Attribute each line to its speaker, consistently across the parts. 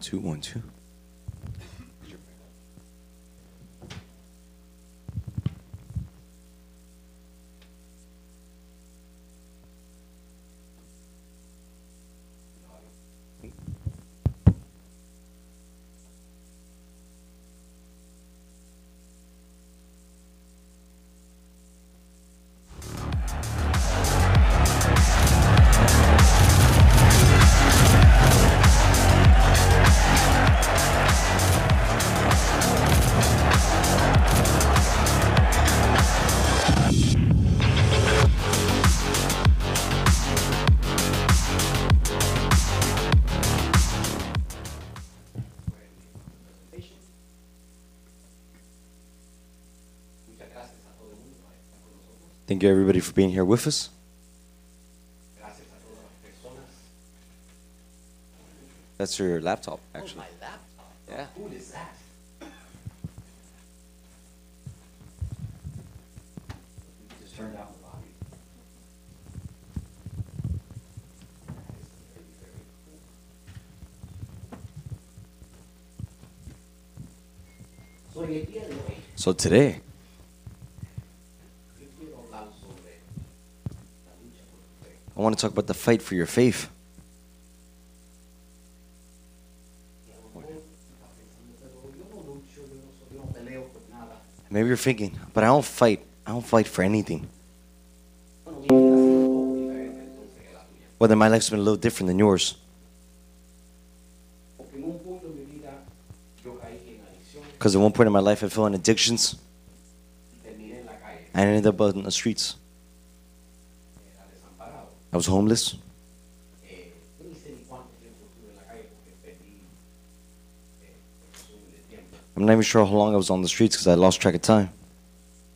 Speaker 1: two, one, two. Thank you, everybody, for being here with us. That's your laptop, actually. Yeah.
Speaker 2: So, en el día de hoy,
Speaker 1: So today,
Speaker 2: yo quiero hablar sobre la lucha por tu fe.
Speaker 1: I want to talk about the fight for your faith.
Speaker 2: Y a lo mejor está pensando, pero yo no lucho, yo no, soy- yo no peleo por nada.
Speaker 1: Maybe you're thinking, but I don't fight. I don't fight for anything.
Speaker 2: Bueno, mi vida ha sido un poco diferente entonces que la tuya.
Speaker 1: Well, then my life's been a little different than yours.
Speaker 2: Porque en un punto de mi vida yo caí en adicción
Speaker 1: Because at one point in my life, I fell in addictions.
Speaker 2: y terminé en la calle.
Speaker 1: I ended up on the streets.
Speaker 2: Era desamparado.
Speaker 1: I was homeless.
Speaker 2: Eh, no hice ni cuánto tiempo estuve en la calle porque perdí eh, el consumo de tiempo.
Speaker 1: I'm not even sure how long I was on the streets because I lost track of time.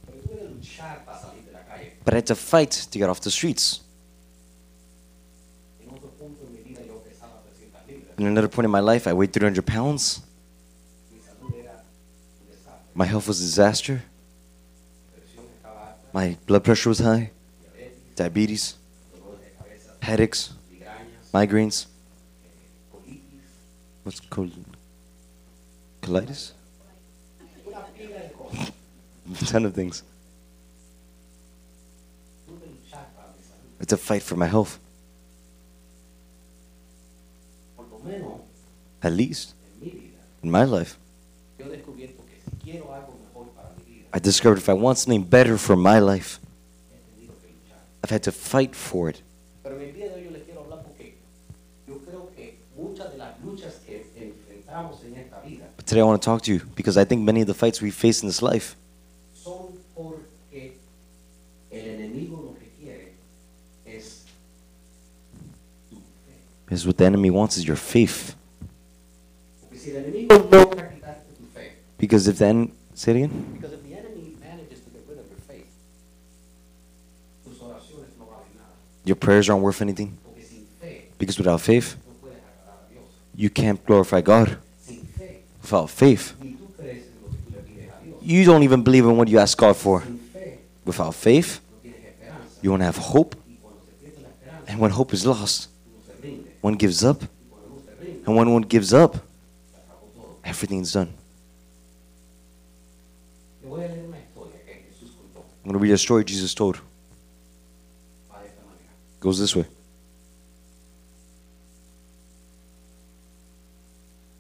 Speaker 2: Pero tuve que luchar para salir de la calle.
Speaker 1: But I had to fight to get off the streets.
Speaker 2: En otro punto de mi vida yo pesaba 300 libras.
Speaker 1: At another point in my life, I weighed 300 pounds.
Speaker 2: Mi salud era un desastre.
Speaker 1: My health was a disaster.
Speaker 2: presión estaba alta,
Speaker 1: My blood pressure was high,
Speaker 2: diabetes,
Speaker 1: diabetes,
Speaker 2: dolores de cabeza,
Speaker 1: headaches,
Speaker 2: migrañas,
Speaker 1: migraines.
Speaker 2: colitis,
Speaker 1: What's it called? Colitis?
Speaker 2: una pila de cosas.
Speaker 1: A ton of things.
Speaker 2: Tuve que luchar para mi salud.
Speaker 1: It's a fight for my health.
Speaker 2: Por lo menos
Speaker 1: At least
Speaker 2: en mi vida,
Speaker 1: in my life,
Speaker 2: yo he descubierto que si quiero algo mejor para mi vida,
Speaker 1: I discovered if I want something better for my life,
Speaker 2: he tenido que luchar.
Speaker 1: I've had to fight for it.
Speaker 2: Pero en el día de hoy yo les quiero hablar porque yo creo que muchas de las luchas que enfrentamos en esta vida
Speaker 1: But today I want to talk to you because I think many of the fights we face in this life
Speaker 2: son porque el enemigo lo que quiere es tu fe.
Speaker 1: is what the enemy wants is your faith.
Speaker 2: Porque si el enemigo logra quitarte tu fe,
Speaker 1: Because if then, say it again.
Speaker 2: Because if the enemy manages to get rid of your faith, tus oraciones no valen nada.
Speaker 1: Your prayers aren't worth anything.
Speaker 2: Porque sin fe
Speaker 1: Because without faith,
Speaker 2: no puedes agradar a Dios.
Speaker 1: you can't glorify God.
Speaker 2: Sin fe,
Speaker 1: Without faith,
Speaker 2: ni tú crees en lo que tú le pides a Dios.
Speaker 1: you don't even believe in what you ask God for.
Speaker 2: Sin fe
Speaker 1: Without faith,
Speaker 2: no tienes esperanza.
Speaker 1: you won't have hope.
Speaker 2: Y cuando se pierde la esperanza,
Speaker 1: And when hope is lost,
Speaker 2: uno se rinde.
Speaker 1: one gives up.
Speaker 2: Y cuando uno se rinde,
Speaker 1: And when one gives up,
Speaker 2: se acabó todo.
Speaker 1: everything's done.
Speaker 2: Te voy a leer una historia que Jesús contó.
Speaker 1: I'm going to read a story Jesus told.
Speaker 2: Va de esta manera.
Speaker 1: goes this way.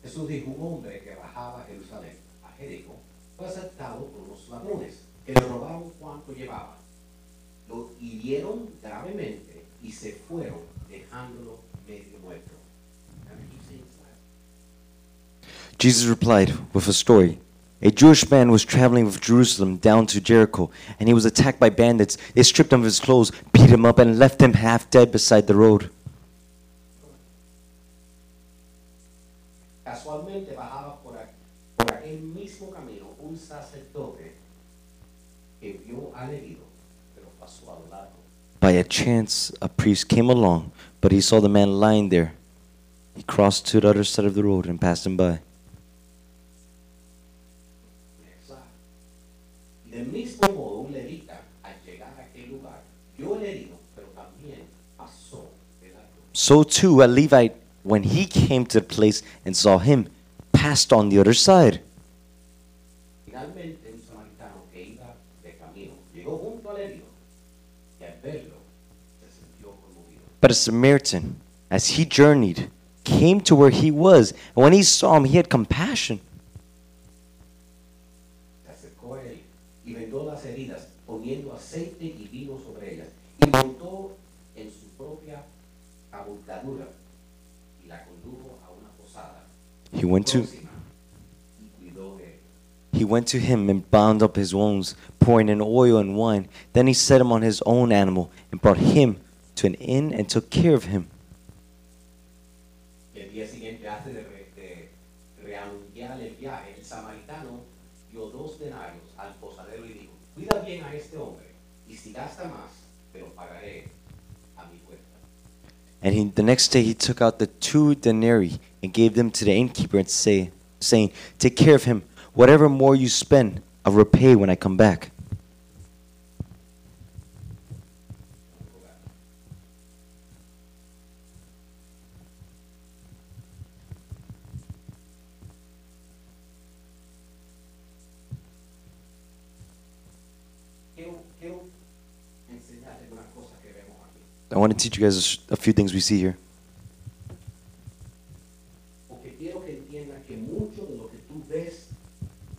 Speaker 2: Jesús dijo, un hombre que bajaba a Jerusalén, a Jericó, fue asaltado por unos ladrones que le robaron cuanto llevaba. Lo hirieron gravemente y se fueron dejándolo medio muerto. And he says that.
Speaker 1: Jesus replied with a story. A Jewish man was traveling from Jerusalem down to Jericho, and he was attacked by bandits. They stripped him of his clothes, beat him up, and left him half dead beside the road.
Speaker 2: Casualmente bajaba por, aqu- por aquel mismo camino un sacerdote que vio al herido, pero pasó al lado.
Speaker 1: By a chance, a priest came along, but he saw the man lying there. He crossed to the other side of the road and passed him by.
Speaker 2: Exacto. Y Del mismo modo, un levita, al llegar a aquel lugar, vio el herido, pero también pasó de largo.
Speaker 1: So too, a Levite, when he came to the place and saw him, passed on the other side.
Speaker 2: Finalmente, un samaritano que iba de camino llegó junto al herido y al verlo se sintió conmovido.
Speaker 1: But a Samaritan, as he journeyed, came to where he was, and when he saw him, he had compassion.
Speaker 2: Se acercó a él y vendó las heridas, poniendo aceite y vino sobre ellas, y montó en su propia abultadura y la condujo a una posada
Speaker 1: He went to
Speaker 2: próxima y cuidó de él.
Speaker 1: he went to him and bound up his wounds, pouring in oil and wine. Then he set him on his own animal and brought him to an inn and took care of him.
Speaker 2: Y el día siguiente, antes de, re- de reanunciar el viaje, el samaritano dio dos denarios al posadero y dijo, cuida bien a este hombre, y si gasta más, te lo pagaré a mi cuenta.
Speaker 1: And he, the next day he took out the two denarii and gave them to the innkeeper and say, saying, Take care of him. Whatever more you spend, I'll repay when I come back.
Speaker 2: Quiero, quiero enseñarte algunas cosas que vemos aquí.
Speaker 1: I want to teach you guys a few things we see here.
Speaker 2: Porque quiero que entiendas que mucho de lo que tú ves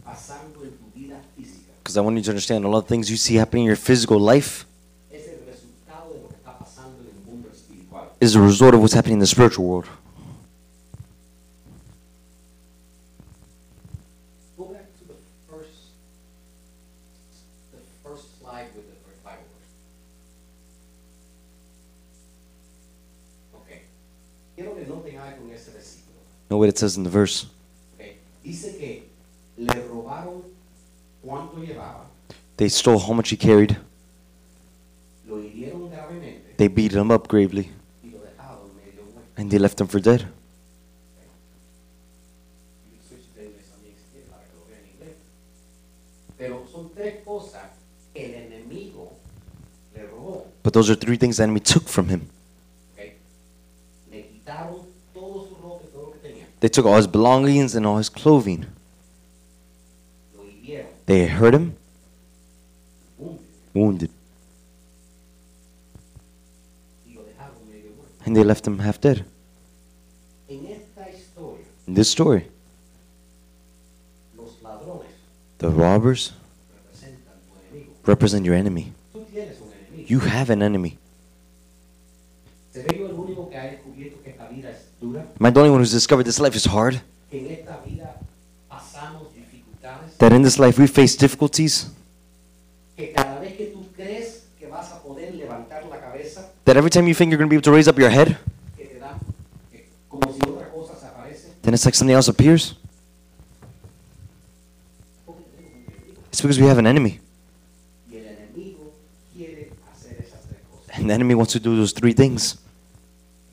Speaker 2: pasando en tu vida física
Speaker 1: Because I want you to understand a lot of things you see happening in your physical life
Speaker 2: es el resultado de lo que está pasando en el mundo espiritual.
Speaker 1: is a result of what's happening in the spiritual world.
Speaker 2: Go back to the first, the first slide with the first Bible verse. Okay. Quiero que noten algo en ese versículo.
Speaker 1: Know what it says in the verse.
Speaker 2: Okay. Dice que le robaron cuánto llevaba,
Speaker 1: They stole how much he carried.
Speaker 2: lo hirieron gravemente
Speaker 1: They beat him up gravely,
Speaker 2: y lo dejaron medio muerto.
Speaker 1: and they left him for dead.
Speaker 2: You can switch it to English también si quieres, para que lo vean en inglés. Pero son tres cosas que el enemigo le robó.
Speaker 1: But those are three things the enemy took from him.
Speaker 2: ¿ok? Le quitaron todo su ropa y todo lo que tenía.
Speaker 1: They took all his belongings and all his clothing.
Speaker 2: Lo hirieron.
Speaker 1: They hurt him,
Speaker 2: ¡pum!
Speaker 1: wounded,
Speaker 2: Y lo dejaron medio muerto.
Speaker 1: and they left him half dead.
Speaker 2: En esta historia,
Speaker 1: In this story,
Speaker 2: los ladrones
Speaker 1: the robbers
Speaker 2: representan tu enemigo.
Speaker 1: represent your enemy.
Speaker 2: Tú tienes un enemigo.
Speaker 1: You have an enemy.
Speaker 2: ¿Seré yo el único que ha descubierto que esta vida es dura?
Speaker 1: Am I the only one who's discovered this life is hard?
Speaker 2: Que en esta vida pasamos dificultades.
Speaker 1: That in this life we face difficulties?
Speaker 2: Que cada vez que tú crees que vas a poder levantar la cabeza,
Speaker 1: That every time you think you're going to be able to raise up your head,
Speaker 2: que te dan que como si otra cosa se aparece.
Speaker 1: then it's like something else appears?
Speaker 2: porque tenemos un enemigo.
Speaker 1: It's because we have an enemy.
Speaker 2: Y el enemigo quiere hacer esas tres cosas.
Speaker 1: And the enemy wants to do those three things.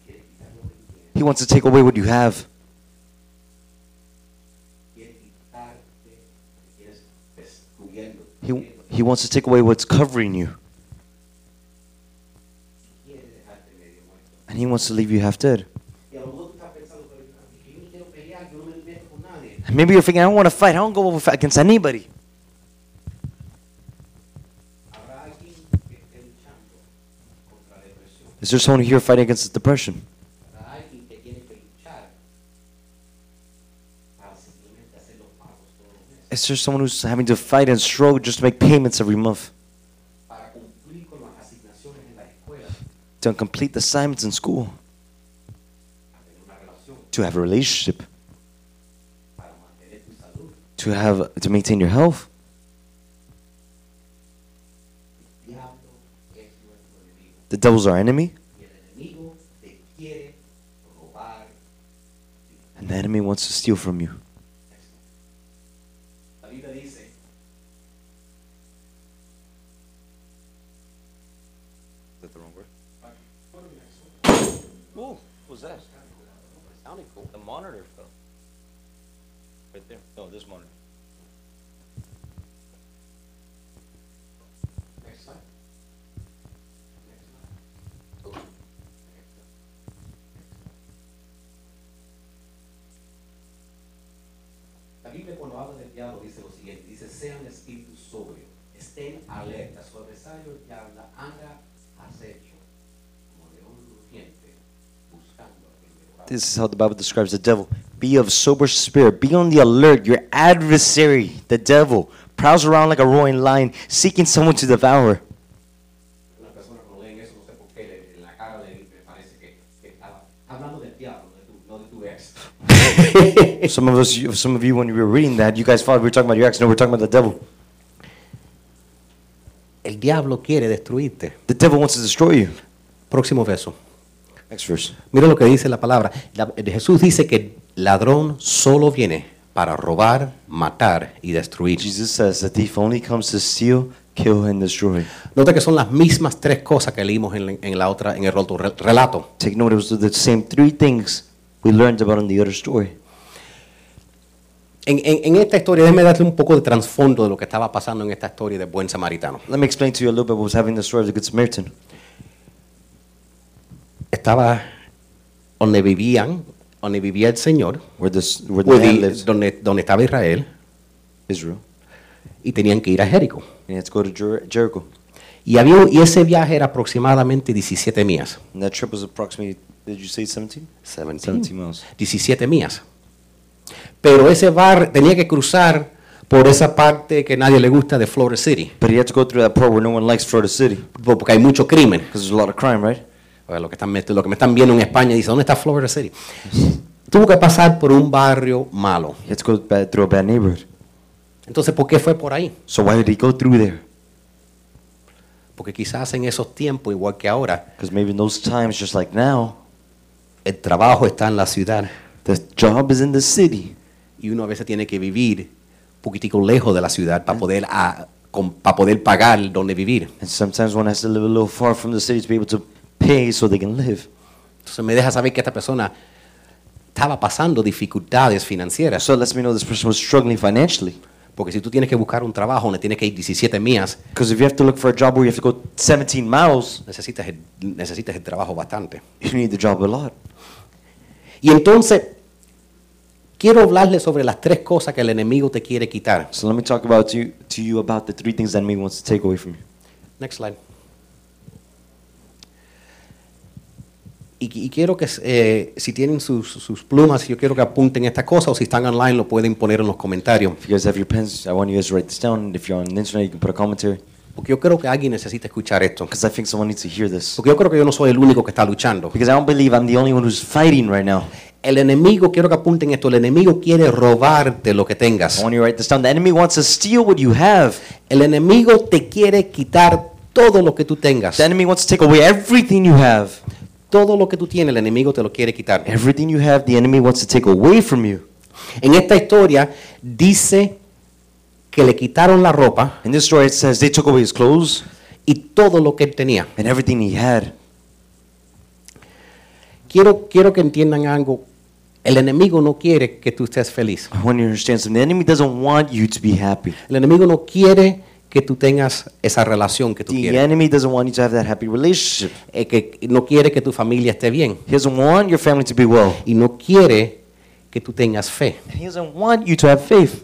Speaker 2: Quiere quitar lo que tú tienes.
Speaker 1: He wants to take away what you have.
Speaker 2: quiere quitarte, te quieres descubriendo,
Speaker 1: He, he wants to take away what's covering you.
Speaker 2: quiere dejarte medio muerto.
Speaker 1: And he wants to leave you half dead.
Speaker 2: Y a lo mejor tú estás pensando, pero yo- yo no quiero pelear, yo no me meto con nadie.
Speaker 1: And maybe you're thinking, I don't want to fight. I don't go up against anybody.
Speaker 2: Habrá alguien que esté luchando contra la depresión.
Speaker 1: Is there someone here fighting against depression?
Speaker 2: Habrá alguien que tiene que luchar para simplemente hacer los pagos todos los meses,
Speaker 1: Is there someone who's having to fight and struggle just to make payments every month?
Speaker 2: para cumplir con las asignaciones en la escuela,
Speaker 1: To complete the assignments in school?
Speaker 2: para tener una relación,
Speaker 1: To have a relationship?
Speaker 2: para mantener tu salud.
Speaker 1: To have to maintain your health?
Speaker 2: El diablo es nuestro enemigo.
Speaker 1: The devil's our enemy.
Speaker 2: Y el enemigo te quiere robar.
Speaker 1: And the enemy wants to steal from you.
Speaker 2: La Biblia dice,
Speaker 1: Is that the wrong word?
Speaker 2: Ooh, was that? Sounded cool.
Speaker 1: The monitor fell. Right there. No, this monitor.
Speaker 2: Next slide. Next slide. Ooh. Next slide. Next slide.
Speaker 3: Biblia cuando habla del diablo dice lo siguiente, dice, sean espíritus sobrios, estén alerta, su adversario el diablo anda acecho, como león rugiente, buscando a quien devorar.
Speaker 1: This is how the Bible describes the devil. Be of sober spirit. Be on the alert. Your adversary, the devil, prowls around like a roaring lion, seeking someone to devour.
Speaker 3: Una persona cuando leen eso, no sé por qué, le- en la cara le, me parece que, que estaba hablando del diablo, de tu- no de tu ex.
Speaker 1: Some of us, some of you, when you were reading that, you guys thought we were talking about your ex. No, we're talking about the devil.
Speaker 2: El diablo quiere destruirte.
Speaker 1: The devil wants to destroy you.
Speaker 2: Próximo verso.
Speaker 1: Next verse.
Speaker 2: Mira lo que dice la palabra. La- eh, Jesús dice que el ladrón solo viene para robar, matar y destruir.
Speaker 1: Jesus says the thief only comes to steal, kill, and destroy.
Speaker 2: Nota que son las mismas tres cosas que leímos en, la- en la otra, en el otro re- relato.
Speaker 1: Take note, it was the same three things we learned about in the other story.
Speaker 2: En, en- en esta historia, déjeme darle un poco de trasfondo de lo que estaba pasando en esta historia de buen samaritano.
Speaker 1: Let me explain to you a little bit what was having the story of the Good Samaritan.
Speaker 2: Estaba donde vivían, donde vivía el Señor,
Speaker 1: Where, this, where the man
Speaker 2: donde,
Speaker 1: lives,
Speaker 2: donde- donde estaba Israel,
Speaker 1: Israel.
Speaker 2: y tenían que ir a Jericó.
Speaker 1: And he had to go to Jer- Jericho.
Speaker 2: Y, había, y ese viaje era aproximadamente 17 millas.
Speaker 1: And that trip was approximately, did you say 17?
Speaker 2: 17
Speaker 1: 17 miles.
Speaker 2: 17 millas. Pero ese bar tenía que cruzar por esa parte que nadie le gusta de Florida City,
Speaker 1: But he had to go through that part where no one likes Florida City
Speaker 2: po- porque hay mucho crimen.
Speaker 1: because there's a lot of crime, right?
Speaker 2: A ver, Lo que, están, met- lo que me están viendo en España dice, ¿dónde está Florida City? Tuvo que pasar por un barrio malo.
Speaker 1: He had to go bad, through a bad neighborhood.
Speaker 2: Entonces, ¿por qué fue por ahí?
Speaker 1: So why did he go through there?
Speaker 2: Porque quizás en esos tiempos, igual que ahora,
Speaker 1: Because maybe in those times, just like now,
Speaker 2: el trabajo está en la ciudad
Speaker 1: the job is in the city.
Speaker 2: y uno a veces tiene que vivir un poquitico lejos de la ciudad para poder, ah, con- para poder pagar donde vivir.
Speaker 1: And sometimes one has to live a little far from the city to be able to pay so they can live.
Speaker 2: Entonces me deja saber que esta persona estaba pasando dificultades financieras.
Speaker 1: So it lets me know this person was struggling financially.
Speaker 2: Porque si tú tienes que buscar un trabajo donde tienes que ir 17 millas,
Speaker 1: Because if you have to look for a job where you have to go 17 miles,
Speaker 2: necesitas el, necesitas el trabajo bastante.
Speaker 1: you need the job a lot.
Speaker 2: Y entonces, quiero hablarle sobre las tres cosas que el enemigo te quiere quitar.
Speaker 1: So let me talk about you, to you about the three things that enemy wants to take away from you.
Speaker 2: Next slide. Y, qui- y quiero que, eh, si tienen sus, sus plumas, yo quiero que apunten esta cosa o si están online lo pueden poner en los comentarios.
Speaker 1: If you guys have your pens, I want you guys to write this down. If you're on the internet, you can put a commentary.
Speaker 2: Porque yo creo que alguien necesita escuchar esto.
Speaker 1: Because I think someone needs to hear this.
Speaker 2: Porque yo creo que yo no soy el único que está luchando.
Speaker 1: Because I don't believe I'm the only one who's fighting right now.
Speaker 2: El enemigo, quiero que apunten esto, el enemigo quiere robarte lo que
Speaker 1: I
Speaker 2: tengas.
Speaker 1: want you to write this down. The enemy wants to steal what you have.
Speaker 2: El enemigo te quiere quitar todo lo que tú tengas.
Speaker 1: The enemy wants to take away everything you have.
Speaker 2: Todo lo que tú tienes, el enemigo te lo quiere quitar.
Speaker 1: Everything you have, the enemy wants to take away from you.
Speaker 2: En esta historia dice que le quitaron la ropa
Speaker 1: In this story, it says they took away his clothes
Speaker 2: y todo lo que él tenía.
Speaker 1: and everything he had.
Speaker 2: Quiero, quiero que entiendan algo. El enemigo no quiere que tú estés feliz.
Speaker 1: I want you to understand something. The enemy doesn't want you to be happy.
Speaker 2: El enemigo no quiere que tú tengas esa relación que tú
Speaker 1: The
Speaker 2: quieres.
Speaker 1: enemy doesn't want you to have that happy relationship.
Speaker 2: Eh, que no quiere que tu familia esté bien.
Speaker 1: He doesn't want your family to be well.
Speaker 2: Y no quiere que tú tengas fe.
Speaker 1: And he doesn't want you to have faith.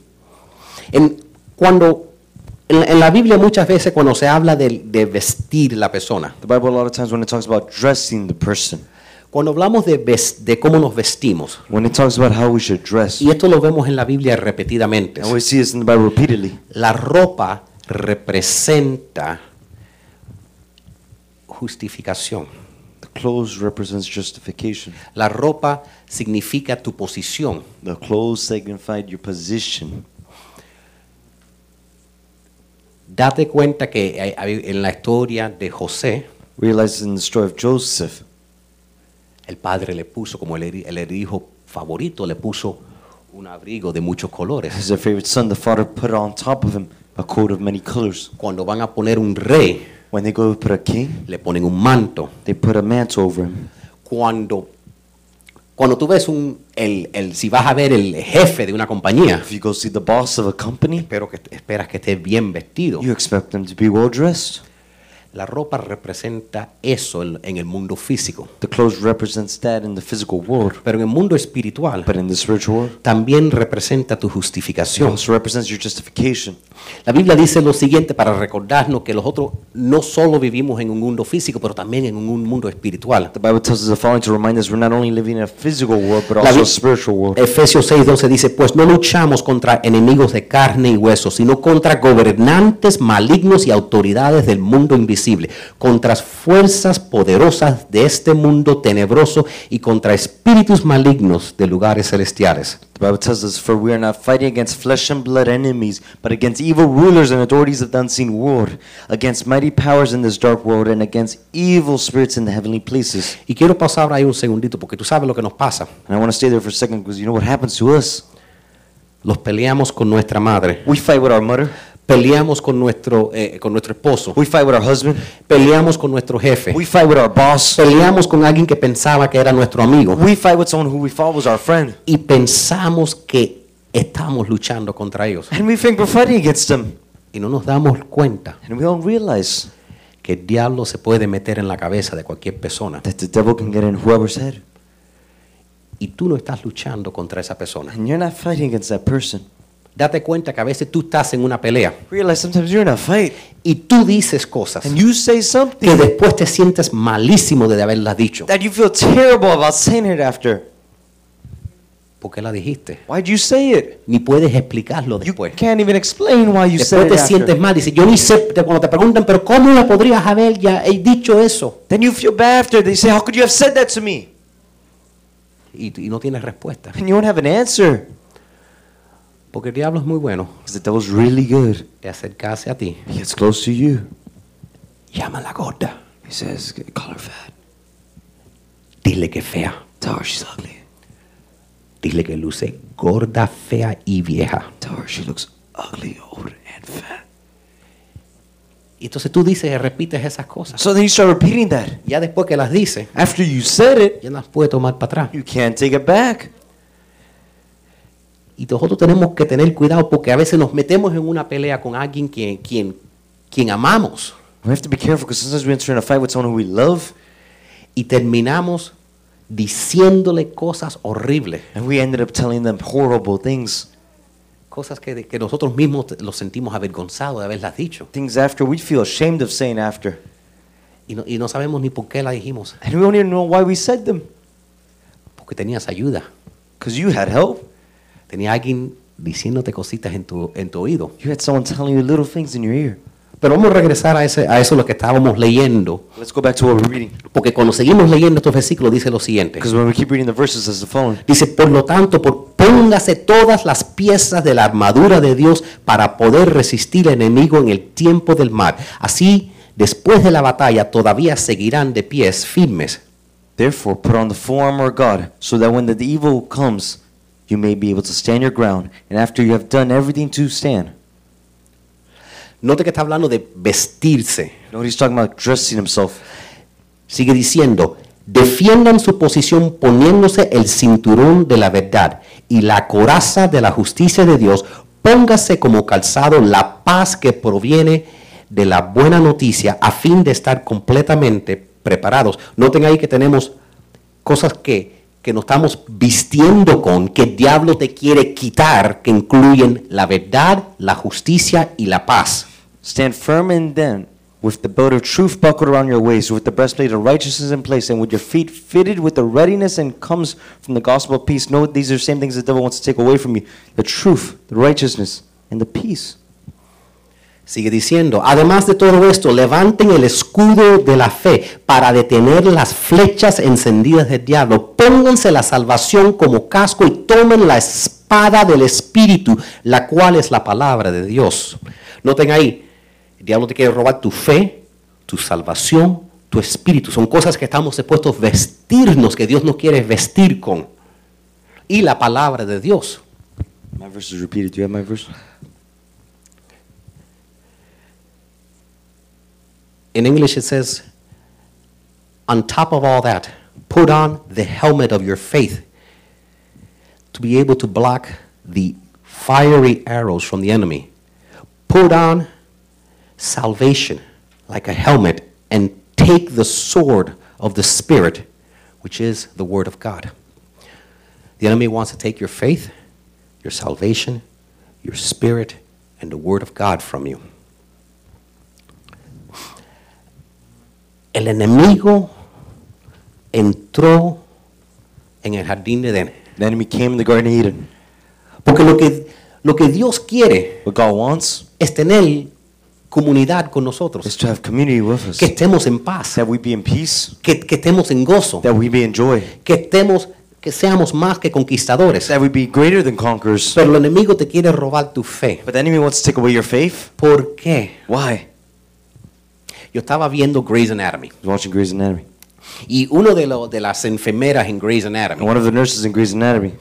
Speaker 2: En, cuando, en, en la Biblia muchas veces cuando se habla de, de vestir la persona,
Speaker 1: The Bible, a lot of times, when it talks about dressing the person,
Speaker 2: cuando hablamos de, ves- de cómo nos vestimos,
Speaker 1: when it talks about how we should dress,
Speaker 2: y esto lo vemos en la Biblia repetidamente,
Speaker 1: and we see this in the Bible repeatedly,
Speaker 2: la ropa representa justificación.
Speaker 1: the clothes represents justification.
Speaker 2: La ropa significa tu posición.
Speaker 1: The clothes signified your position.
Speaker 2: Date cuenta que hay- hay- en la historia de José,
Speaker 1: Realize in the story of Joseph,
Speaker 2: el padre le puso, como el, her- el hijo favorito, le puso un abrigo de muchos colores.
Speaker 1: his favorite son, the father put on top of him a coat of many colors.
Speaker 2: cuando van a poner un rey,
Speaker 1: When they go to put a king,
Speaker 2: le ponen un manto.
Speaker 1: they put a mantle over him.
Speaker 2: Cuando, cuando tú ves un, el, el- si vas a ver el jefe de una compañía,
Speaker 1: If you go see the boss of a company,
Speaker 2: espero que, esperas que esté bien vestido.
Speaker 1: you expect them to be well dressed.
Speaker 2: La ropa representa eso en, en el mundo físico.
Speaker 1: The clothes represents that in the physical world,
Speaker 2: Pero en el mundo espiritual
Speaker 1: but in the spiritual world,
Speaker 2: también representa tu
Speaker 1: it
Speaker 2: justificación.
Speaker 1: also represents your justification.
Speaker 2: La Biblia dice lo siguiente para recordarnos que nosotros no solo vivimos en un mundo físico, pero también en un mundo espiritual.
Speaker 1: The Bible tells us the following to remind us we're not only living in a physical world, but
Speaker 2: La
Speaker 1: also
Speaker 2: Bi-
Speaker 1: a spiritual world.
Speaker 2: Efesios 6:12 dice, pues no luchamos contra enemigos de carne y hueso, sino contra gobernantes malignos y autoridades del mundo invisible, contra fuerzas poderosas de este mundo tenebroso y contra espíritus malignos de lugares celestiales.
Speaker 1: The Bible tells us, For we are not fighting against flesh and blood enemies, but against evil rulers and authorities of the unseen world, against mighty powers in this dark world, and against evil spirits in the heavenly places.
Speaker 2: Y quiero pasar ahí un segundito, porque tú sabes lo que nos pasa.
Speaker 1: And I want to stay there for a second because you know what happens to us?
Speaker 2: Los peleamos con nuestra madre,
Speaker 1: We fight with our mother,
Speaker 2: peleamos con nuestro, eh, con nuestro esposo,
Speaker 1: we fight with our husband,
Speaker 2: peleamos con nuestro jefe,
Speaker 1: we fight with our boss,
Speaker 2: peleamos con alguien que pensaba que era nuestro amigo.
Speaker 1: we fight with someone who we thought was our friend,
Speaker 2: y pensamos que estamos luchando contra ellos
Speaker 1: and we think we're fighting against them.
Speaker 2: y no nos damos cuenta
Speaker 1: And we don't realize
Speaker 2: que el diablo se puede meter en la cabeza de cualquier persona
Speaker 1: that the devil can get in whoever's head,
Speaker 2: y tú no estás luchando contra esa persona.
Speaker 1: and you're not fighting against that person.
Speaker 2: Date cuenta que a veces tú estás en una pelea
Speaker 1: Realize sometimes you're in a fight,
Speaker 2: y tú dices cosas
Speaker 1: and you say something.
Speaker 2: que después te sientes malísimo de haberlas dicho.
Speaker 1: that you feel terrible about saying it after.
Speaker 2: ¿Por qué la dijiste?
Speaker 1: Why'd you say it?
Speaker 2: Ni puedes explicarlo
Speaker 1: You
Speaker 2: después.
Speaker 1: can't even explain why you said
Speaker 2: Después
Speaker 1: it.
Speaker 2: te
Speaker 1: after.
Speaker 2: sientes mal, dices, yo ni sé, te- cuando te preguntan, pero ¿cómo lo podrías haber ya he dicho eso?
Speaker 1: Then you feel bad after. They say, How could you have said that to me?
Speaker 2: Y, y no tienes respuesta.
Speaker 1: And you won't have an answer.
Speaker 2: Porque el diablo es muy bueno.
Speaker 1: Because the devil's really good.
Speaker 2: Te acercase a ti.
Speaker 1: He gets close to you.
Speaker 2: Llama a la gorda.
Speaker 1: He says, Call her fat.
Speaker 2: Dile que fea.
Speaker 1: Tell her she's ugly.
Speaker 2: Dile que luce gorda, fea y vieja.
Speaker 1: Tell her she looks ugly, old, and fat.
Speaker 2: Y entonces tú dices y repites esas cosas.
Speaker 1: So then you start repeating that.
Speaker 2: Ya después que las dices,
Speaker 1: After you said it,
Speaker 2: ya las puedes tomar para atrás.
Speaker 1: you can't take it back.
Speaker 2: Y nosotros tenemos que tener cuidado porque a veces nos metemos en una pelea con alguien quien, quien, quien amamos
Speaker 1: We have to be careful because sometimes we enter in a fight with someone who we love
Speaker 2: y terminamos diciéndole cosas horribles,
Speaker 1: and we ended up telling them horrible things.
Speaker 2: cosas que, que nosotros mismos te- los sentimos avergonzados de haberlas dicho
Speaker 1: Things after we feel ashamed of saying after.
Speaker 2: y no, y no sabemos ni por qué las dijimos,
Speaker 1: And we don't even know why we said them.
Speaker 2: porque tenías ayuda.
Speaker 1: Because you had help.
Speaker 2: Tenía alguien diciéndote cositas en tu, en tu oído.
Speaker 1: You had someone telling you little things in your ear.
Speaker 2: Pero vamos a regresar a, ese, a eso lo que estábamos leyendo,
Speaker 1: Let's go back to what we're reading.
Speaker 2: porque cuando seguimos leyendo estos versículos dice lo siguiente.
Speaker 1: Because when we keep reading the verses, it's the following.
Speaker 2: Dice, por lo tanto, por, póngase todas las piezas de la armadura de Dios para poder resistir al enemigo en el tiempo del mal. Así, después de la batalla, todavía seguirán de pies firmes.
Speaker 1: Therefore, put on the full armor of God, so that when the evil comes, you may be able to stand your ground. And after you have done everything to stand.
Speaker 2: Note que está hablando de vestirse.
Speaker 1: You know what he's talking about? Dressing himself.
Speaker 2: Sigue diciendo, defiendan su posición poniéndose el cinturón de la verdad y la coraza de la justicia de Dios. Póngase como calzado la paz que proviene de la buena noticia a fin de estar completamente preparados. Noten ahí que tenemos cosas que, que nos estamos vistiendo con, que el diablo te quiere quitar, que incluyen la verdad, la justicia y la paz.
Speaker 1: Stand firm in them, with the belt of truth buckled around your waist, with the breastplate of righteousness in place, and with your feet fitted with the readiness and comes from the gospel of peace. Know these are the same things the devil wants to take away from you the truth, the righteousness, and the peace.
Speaker 2: Sigue diciendo, además de todo esto, levanten el escudo de la fe para detener las flechas encendidas del diablo. Pónganse la salvación como casco y tomen la espada del Espíritu, la cual es la palabra de Dios. Noten ahí, el diablo te quiere robar tu fe, tu salvación, tu espíritu. Son cosas que estamos dispuestos a vestirnos, que Dios nos quiere vestir con. Y la palabra de Dios.
Speaker 1: My verse is repeated. Do you have my verse?
Speaker 2: In English, it says, on top of all that, put on the helmet of your faith to be able to block the fiery arrows from the enemy. Put on salvation like a helmet and take the sword of the Spirit, which is the Word of God. The enemy wants to take your faith, your salvation, your spirit, and the Word of God from you. El enemigo entró en el jardín de Edén.
Speaker 1: The enemy came in the Garden of Eden.
Speaker 2: Porque lo que, lo que Dios quiere
Speaker 1: What God wants
Speaker 2: es tener comunidad con
Speaker 1: is
Speaker 2: nosotros.
Speaker 1: to have community with us.
Speaker 2: Que estemos en paz,
Speaker 1: That we be in peace.
Speaker 2: que, que estemos en gozo,
Speaker 1: That we be in joy.
Speaker 2: que estemos, que seamos más que conquistadores.
Speaker 1: That we be greater than conquerors.
Speaker 2: Pero el enemigo te quiere robar tu fe.
Speaker 1: But the enemy wants to take away your faith.
Speaker 2: ¿Por qué?
Speaker 1: Why?
Speaker 2: Yo estaba viendo Grey's Anatomy
Speaker 1: I was watching Grey's Anatomy.
Speaker 2: y uno de, lo- de las enfermeras en Grey's
Speaker 1: And
Speaker 2: Anatomy
Speaker 1: one of the nurses in Grey's Anatomy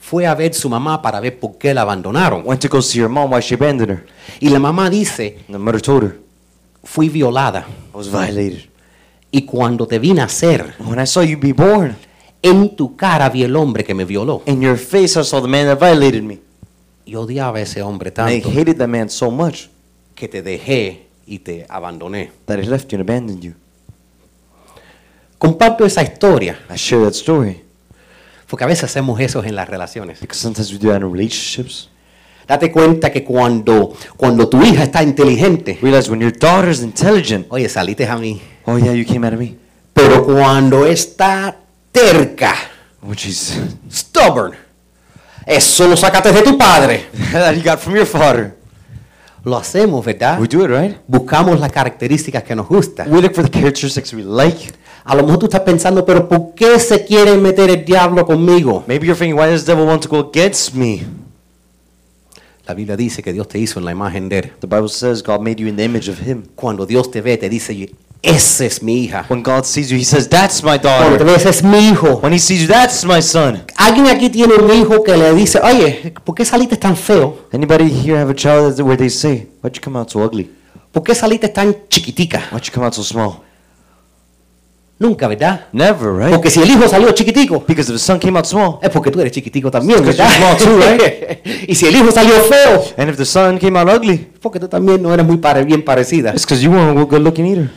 Speaker 2: fue a ver su mamá para ver por qué la abandonaron.
Speaker 1: went to go see her mom why she abandoned her.
Speaker 2: Y la mamá dice,
Speaker 1: And the mother told her,
Speaker 2: fui violada
Speaker 1: I was violated.
Speaker 2: y cuando te vi nacer,
Speaker 1: When I saw you be born,
Speaker 2: en tu cara vi el hombre que me violó.
Speaker 1: in your face I saw the man that violated me.
Speaker 2: Yo odiaba a ese hombre
Speaker 1: I
Speaker 2: tanto
Speaker 1: hated that man so much
Speaker 2: que te dejé y te abandoné.
Speaker 1: that he left you and abandoned you.
Speaker 2: Comparto esa historia
Speaker 1: I share that story
Speaker 2: porque a veces hacemos eso en las relaciones.
Speaker 1: because sometimes we do that in relationships.
Speaker 2: Date cuenta que cuando, cuando tu hija está inteligente,
Speaker 1: Realize when your daughter's intelligent,
Speaker 2: oye, saliste a mí.
Speaker 1: oh yeah, you came out of me.
Speaker 2: Pero cuando está terca,
Speaker 1: Oh jeez.
Speaker 2: stubborn, eso lo sacaste de tu padre.
Speaker 1: that you got from your father.
Speaker 2: Lo hacemos, ¿verdad?
Speaker 1: We do it, right?
Speaker 2: Buscamos las características que nos gustan.
Speaker 1: We look for the characteristics we like.
Speaker 2: A lo mejor tú estás pensando, pero ¿por qué se quiere meter el diablo conmigo?
Speaker 1: Maybe you're thinking, why does the devil want to go against me?
Speaker 2: La Biblia dice que Dios te hizo en la imagen de él.
Speaker 1: The Bible says God made you in the image of him.
Speaker 2: Cuando Dios te ve, te dice, esa es mi hija.
Speaker 1: When God sees you, he says, That's my
Speaker 2: Cuando te
Speaker 1: daughter.
Speaker 2: ve, ese es mi hijo.
Speaker 1: When he sees you, that's my son.
Speaker 2: Alguien aquí tiene un hijo que le dice, oye, ¿por qué saliste tan feo?
Speaker 1: Anybody here have a child that- where they say, Why'd you come out so ugly?
Speaker 2: ¿Por qué saliste tan chiquitica?
Speaker 1: Why'd you come out so small?
Speaker 2: Nunca, ¿verdad?
Speaker 1: Never, right?
Speaker 2: Porque si el hijo salió chiquitico,
Speaker 1: Because if the son came out small,
Speaker 2: es porque tú eres chiquitico también,
Speaker 1: Because you're
Speaker 2: ¿verdad?
Speaker 1: small too,
Speaker 2: y si el hijo salió feo,
Speaker 1: and if the son came out ugly,
Speaker 2: es porque tú también no eres muy pare- bien parecida.
Speaker 1: it's because you weren't real good looking either.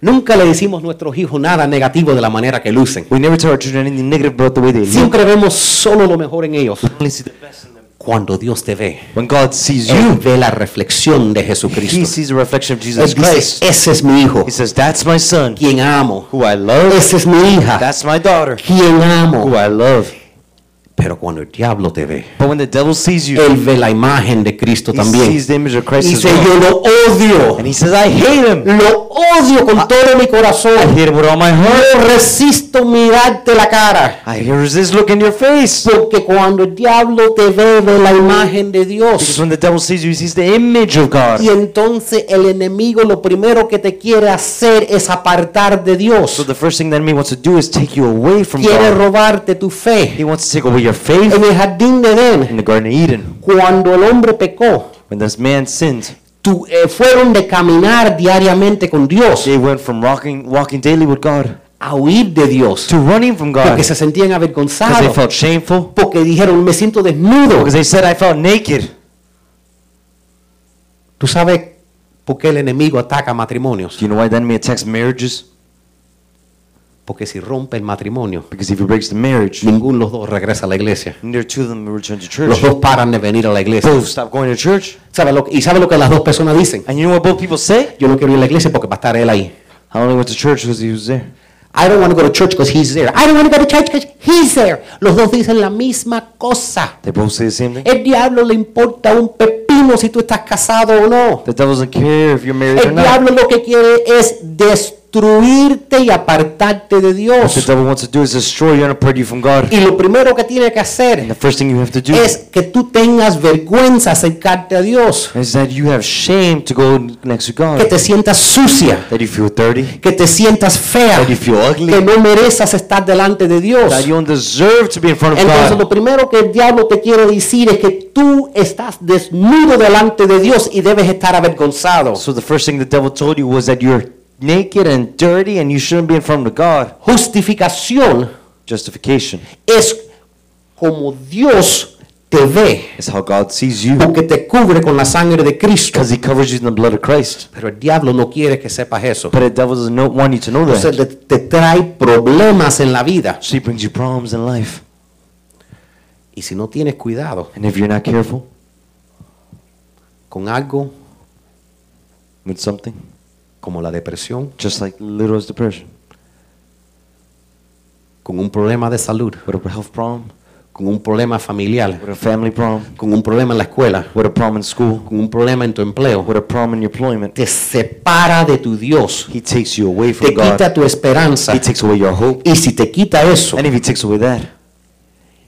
Speaker 2: Nunca le decimos a nuestros hijos nada negativo de la manera que lucen.
Speaker 1: We never tell our children anything negative about the way they look.
Speaker 2: Siempre vemos solo lo mejor en ellos.
Speaker 1: We only see the best in them.
Speaker 2: Cuando Dios te ve,
Speaker 1: When God sees
Speaker 2: Él
Speaker 1: you,
Speaker 2: ve la reflexión de
Speaker 1: he
Speaker 2: Jesucristo.
Speaker 1: sees a reflection of
Speaker 2: Él
Speaker 1: Jesus
Speaker 2: dice,
Speaker 1: Christ.
Speaker 2: ese es mi hijo,
Speaker 1: He says, That's my son,
Speaker 2: quien amo.
Speaker 1: who I love.
Speaker 2: Esa es mi hija,
Speaker 1: That's my daughter,
Speaker 2: quien
Speaker 1: who
Speaker 2: amo.
Speaker 1: I love.
Speaker 2: Pero cuando el diablo te ve,
Speaker 1: But when the devil sees you,
Speaker 2: Él ve la imagen de Cristo
Speaker 1: he
Speaker 2: también.
Speaker 1: sees the image of Christ
Speaker 2: Y
Speaker 1: as
Speaker 2: dice,
Speaker 1: well.
Speaker 2: yo lo odio.
Speaker 1: And he Ah. says, I hate him.
Speaker 2: Lo odio con todo mi
Speaker 1: I
Speaker 2: corazón.
Speaker 1: hate him with all my heart.
Speaker 2: No resisto mirarte la cara.
Speaker 1: I resist looking in your face.
Speaker 2: Porque cuando el diablo te ve, ve la imagen de
Speaker 1: Because
Speaker 2: Dios.
Speaker 1: when the devil sees you, he sees the image of God.
Speaker 2: Y entonces el enemigo lo primero que te quiere hacer es apartar de
Speaker 1: So
Speaker 2: Dios.
Speaker 1: the first thing the enemy wants to do is take you away from
Speaker 2: Quiere
Speaker 1: God.
Speaker 2: robarte tu
Speaker 1: He
Speaker 2: fe.
Speaker 1: wants to take away your faith
Speaker 2: En el jardín de
Speaker 1: in
Speaker 2: Edén,
Speaker 1: the Garden of Eden.
Speaker 2: cuando el hombre pecó,
Speaker 1: When this man sinned,
Speaker 2: tu- eh, fueron de caminar diariamente con Dios
Speaker 1: they went from rocking, walking daily with God
Speaker 2: a huir de Dios.
Speaker 1: to running from God
Speaker 2: Porque se
Speaker 1: because
Speaker 2: sentían
Speaker 1: they
Speaker 2: avergonzados.
Speaker 1: felt shameful.
Speaker 2: Porque dijeron, me siento desnudo.
Speaker 1: Because they said, I felt naked.
Speaker 2: Tú sabes por qué el enemigo ataca matrimonios.
Speaker 1: Do you know why the enemy attacks marriages?
Speaker 2: Porque si rompe el matrimonio,
Speaker 1: Because if he breaks the marriage,
Speaker 2: ninguno de los dos regresa a la iglesia.
Speaker 1: neither two of them will return to
Speaker 2: Los
Speaker 1: church.
Speaker 2: dos paran de venir a la iglesia.
Speaker 1: Both stop going to church.
Speaker 2: ¿Sabe lo, ¿Y sabe lo que las dos personas dicen?
Speaker 1: And you know what both people say?
Speaker 2: Yo no quiero ir a la iglesia porque va a estar él ahí.
Speaker 1: I only went to church because he was there.
Speaker 2: I don't want to go to church because he's there. I don't want to go to church because he's there. Los dos dicen la misma cosa.
Speaker 1: They both say the same thing.
Speaker 2: El diablo le importa un pepino si tú estás casado o no.
Speaker 1: The devil doesn't care if you're married or
Speaker 2: El
Speaker 1: not.
Speaker 2: diablo lo que quiere es destruirte y apartarte de
Speaker 1: What the
Speaker 2: Dios.
Speaker 1: devil wants to do is destroy you and apart you from God.
Speaker 2: Y lo primero que tiene que
Speaker 1: And
Speaker 2: hacer
Speaker 1: the first thing you have to do
Speaker 2: es que tú tengas vergüenza acercarte a Dios.
Speaker 1: is that you have shame to go next to
Speaker 2: Que
Speaker 1: God.
Speaker 2: te sientas sucia.
Speaker 1: That you feel dirty.
Speaker 2: que te sientas fea,
Speaker 1: That you feel ugly.
Speaker 2: que no merezas estar delante de Dios.
Speaker 1: That you don't deserve to be in front of
Speaker 2: Entonces lo
Speaker 1: God.
Speaker 2: primero que el diablo te quiere decir es que tú estás desnudo delante de Dios y debes estar avergonzado.
Speaker 1: So the first thing the devil told you was that you're naked and dirty and you shouldn't be in front of God.
Speaker 2: Justificación
Speaker 1: Justification
Speaker 2: es como Dios te ve
Speaker 1: It's how God sees you
Speaker 2: porque te cubre con la sangre de Cristo.
Speaker 1: because He covers you in the blood of Christ.
Speaker 2: Pero el diablo no quiere que sepas eso.
Speaker 1: But the devil doesn't know, want you to know
Speaker 2: Entonces
Speaker 1: that.
Speaker 2: te, te trae problemas en la vida.
Speaker 1: So He brings you problems in life.
Speaker 2: Y si no tienes cuidado
Speaker 1: And if you're not careful
Speaker 2: con algo
Speaker 1: with something,
Speaker 2: como la depresión,
Speaker 1: just like little as depression,
Speaker 2: con un problema de salud,
Speaker 1: with a pues, health problem,
Speaker 2: con un problema familiar,
Speaker 1: with a family problem,
Speaker 2: con un problema en la escuela,
Speaker 1: with a problem in school,
Speaker 2: con un problema en tu empleo,
Speaker 1: with a problem in your employment,
Speaker 2: te separa de tu Dios,
Speaker 1: He takes you away
Speaker 2: te
Speaker 1: from God.
Speaker 2: quita tu esperanza.
Speaker 1: He takes away your hope.
Speaker 2: Y si te quita eso,
Speaker 1: And if He takes away that,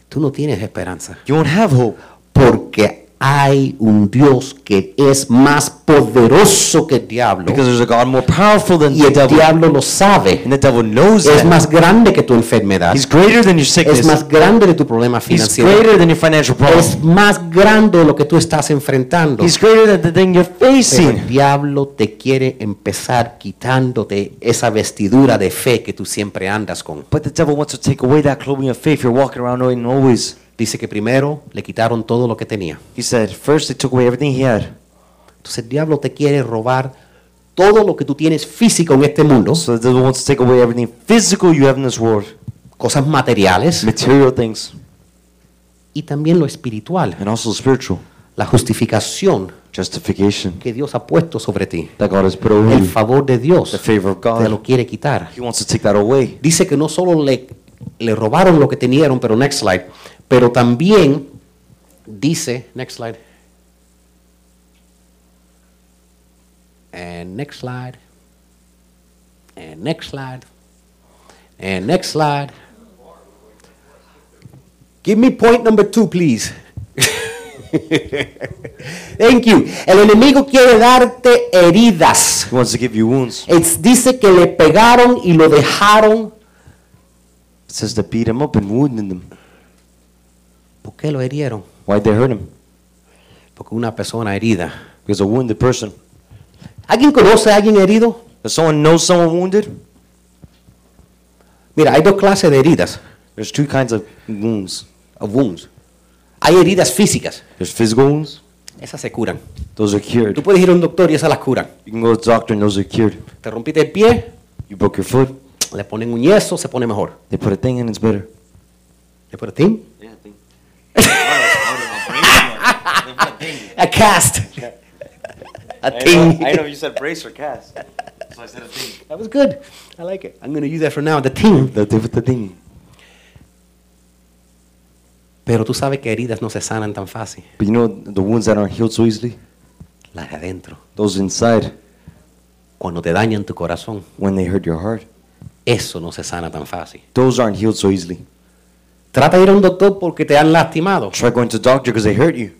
Speaker 2: tú no tienes esperanza.
Speaker 1: you won't have hope
Speaker 2: Porque hay un Dios que es más poderoso que el diablo.
Speaker 1: because there's a God more powerful than
Speaker 2: Y
Speaker 1: the
Speaker 2: el
Speaker 1: devil.
Speaker 2: diablo lo sabe.
Speaker 1: And the devil knows
Speaker 2: Es
Speaker 1: that.
Speaker 2: más grande que tu enfermedad.
Speaker 1: He's greater than your
Speaker 2: Es
Speaker 1: sickness.
Speaker 2: más grande de tu problema
Speaker 1: He's
Speaker 2: financiero.
Speaker 1: greater than your financial
Speaker 2: Es
Speaker 1: problem.
Speaker 2: más grande de lo que tú estás enfrentando.
Speaker 1: He's greater than the thing you're
Speaker 2: Pero el
Speaker 1: facing.
Speaker 2: diablo te quiere empezar quitándote esa vestidura de fe que tú siempre andas con.
Speaker 1: But the devil wants to take away that clothing of faith. You're walking around knowing always.
Speaker 2: Dice que primero le quitaron todo lo que tenía.
Speaker 1: He said, first they took away everything he had.
Speaker 2: Entonces el diablo te quiere robar todo lo que tú tienes físico en este mundo.
Speaker 1: So the devil wants to take away everything physical you have in this world,
Speaker 2: cosas materiales
Speaker 1: material things,
Speaker 2: y también lo espiritual,
Speaker 1: and also spiritual
Speaker 2: la justificación
Speaker 1: justification
Speaker 2: que Dios ha puesto sobre ti,
Speaker 1: that God has put over
Speaker 2: el
Speaker 1: you.
Speaker 2: favor de
Speaker 1: The
Speaker 2: Dios
Speaker 1: favor of
Speaker 2: te lo
Speaker 1: God.
Speaker 2: quiere quitar.
Speaker 1: He wants to take that away.
Speaker 2: Dice que no solo le, le robaron lo que tenían, pero next slide, pero también dice, next slide, and next slide, and next slide, and next slide. Give me point number two, please. Thank you. El enemigo quiere darte heridas.
Speaker 1: He wants to give you wounds.
Speaker 2: Es- dice que le pegaron y lo dejaron.
Speaker 1: It says to beat him up and wounded him.
Speaker 2: ¿Por qué lo herieron?
Speaker 1: Why'd they hurt him?
Speaker 2: Porque una persona herida.
Speaker 1: Because a wounded person.
Speaker 2: ¿Alguien conoce a alguien herido?
Speaker 1: Does someone know someone wounded?
Speaker 2: Mira, hay dos clases de heridas.
Speaker 1: There's two kinds of wounds.
Speaker 2: Of wounds. Hay heridas físicas.
Speaker 1: There's physical wounds.
Speaker 2: Esas se curan.
Speaker 1: Those are cured.
Speaker 2: Tú puedes ir a un doctor y esas las curan.
Speaker 1: You can go to the doctor and those are cured.
Speaker 2: Te rompiste el pie,
Speaker 1: You broke your foot.
Speaker 2: le ponen un yeso, se pone mejor.
Speaker 1: They put a thing in. It's better.
Speaker 2: ¿Le ponen tin? A cast. A tin.
Speaker 1: you said brace or cast. So I said a thing.
Speaker 2: That was good. I like it. I'm going to use that for now. The tin.
Speaker 1: They put the thing.
Speaker 2: Pero tú sabes que heridas no se sanan tan fácil.
Speaker 1: But you know the wounds that aren't healed so easily?
Speaker 2: Las de adentro.
Speaker 1: Those inside,
Speaker 2: Cuando te dañan tu corazón,
Speaker 1: when they hurt your heart,
Speaker 2: eso no se sana tan fácil.
Speaker 1: those aren't healed so easily.
Speaker 2: Trata de ir a un doctor porque te han lastimado.
Speaker 1: Try going to the doctor because they hurt you.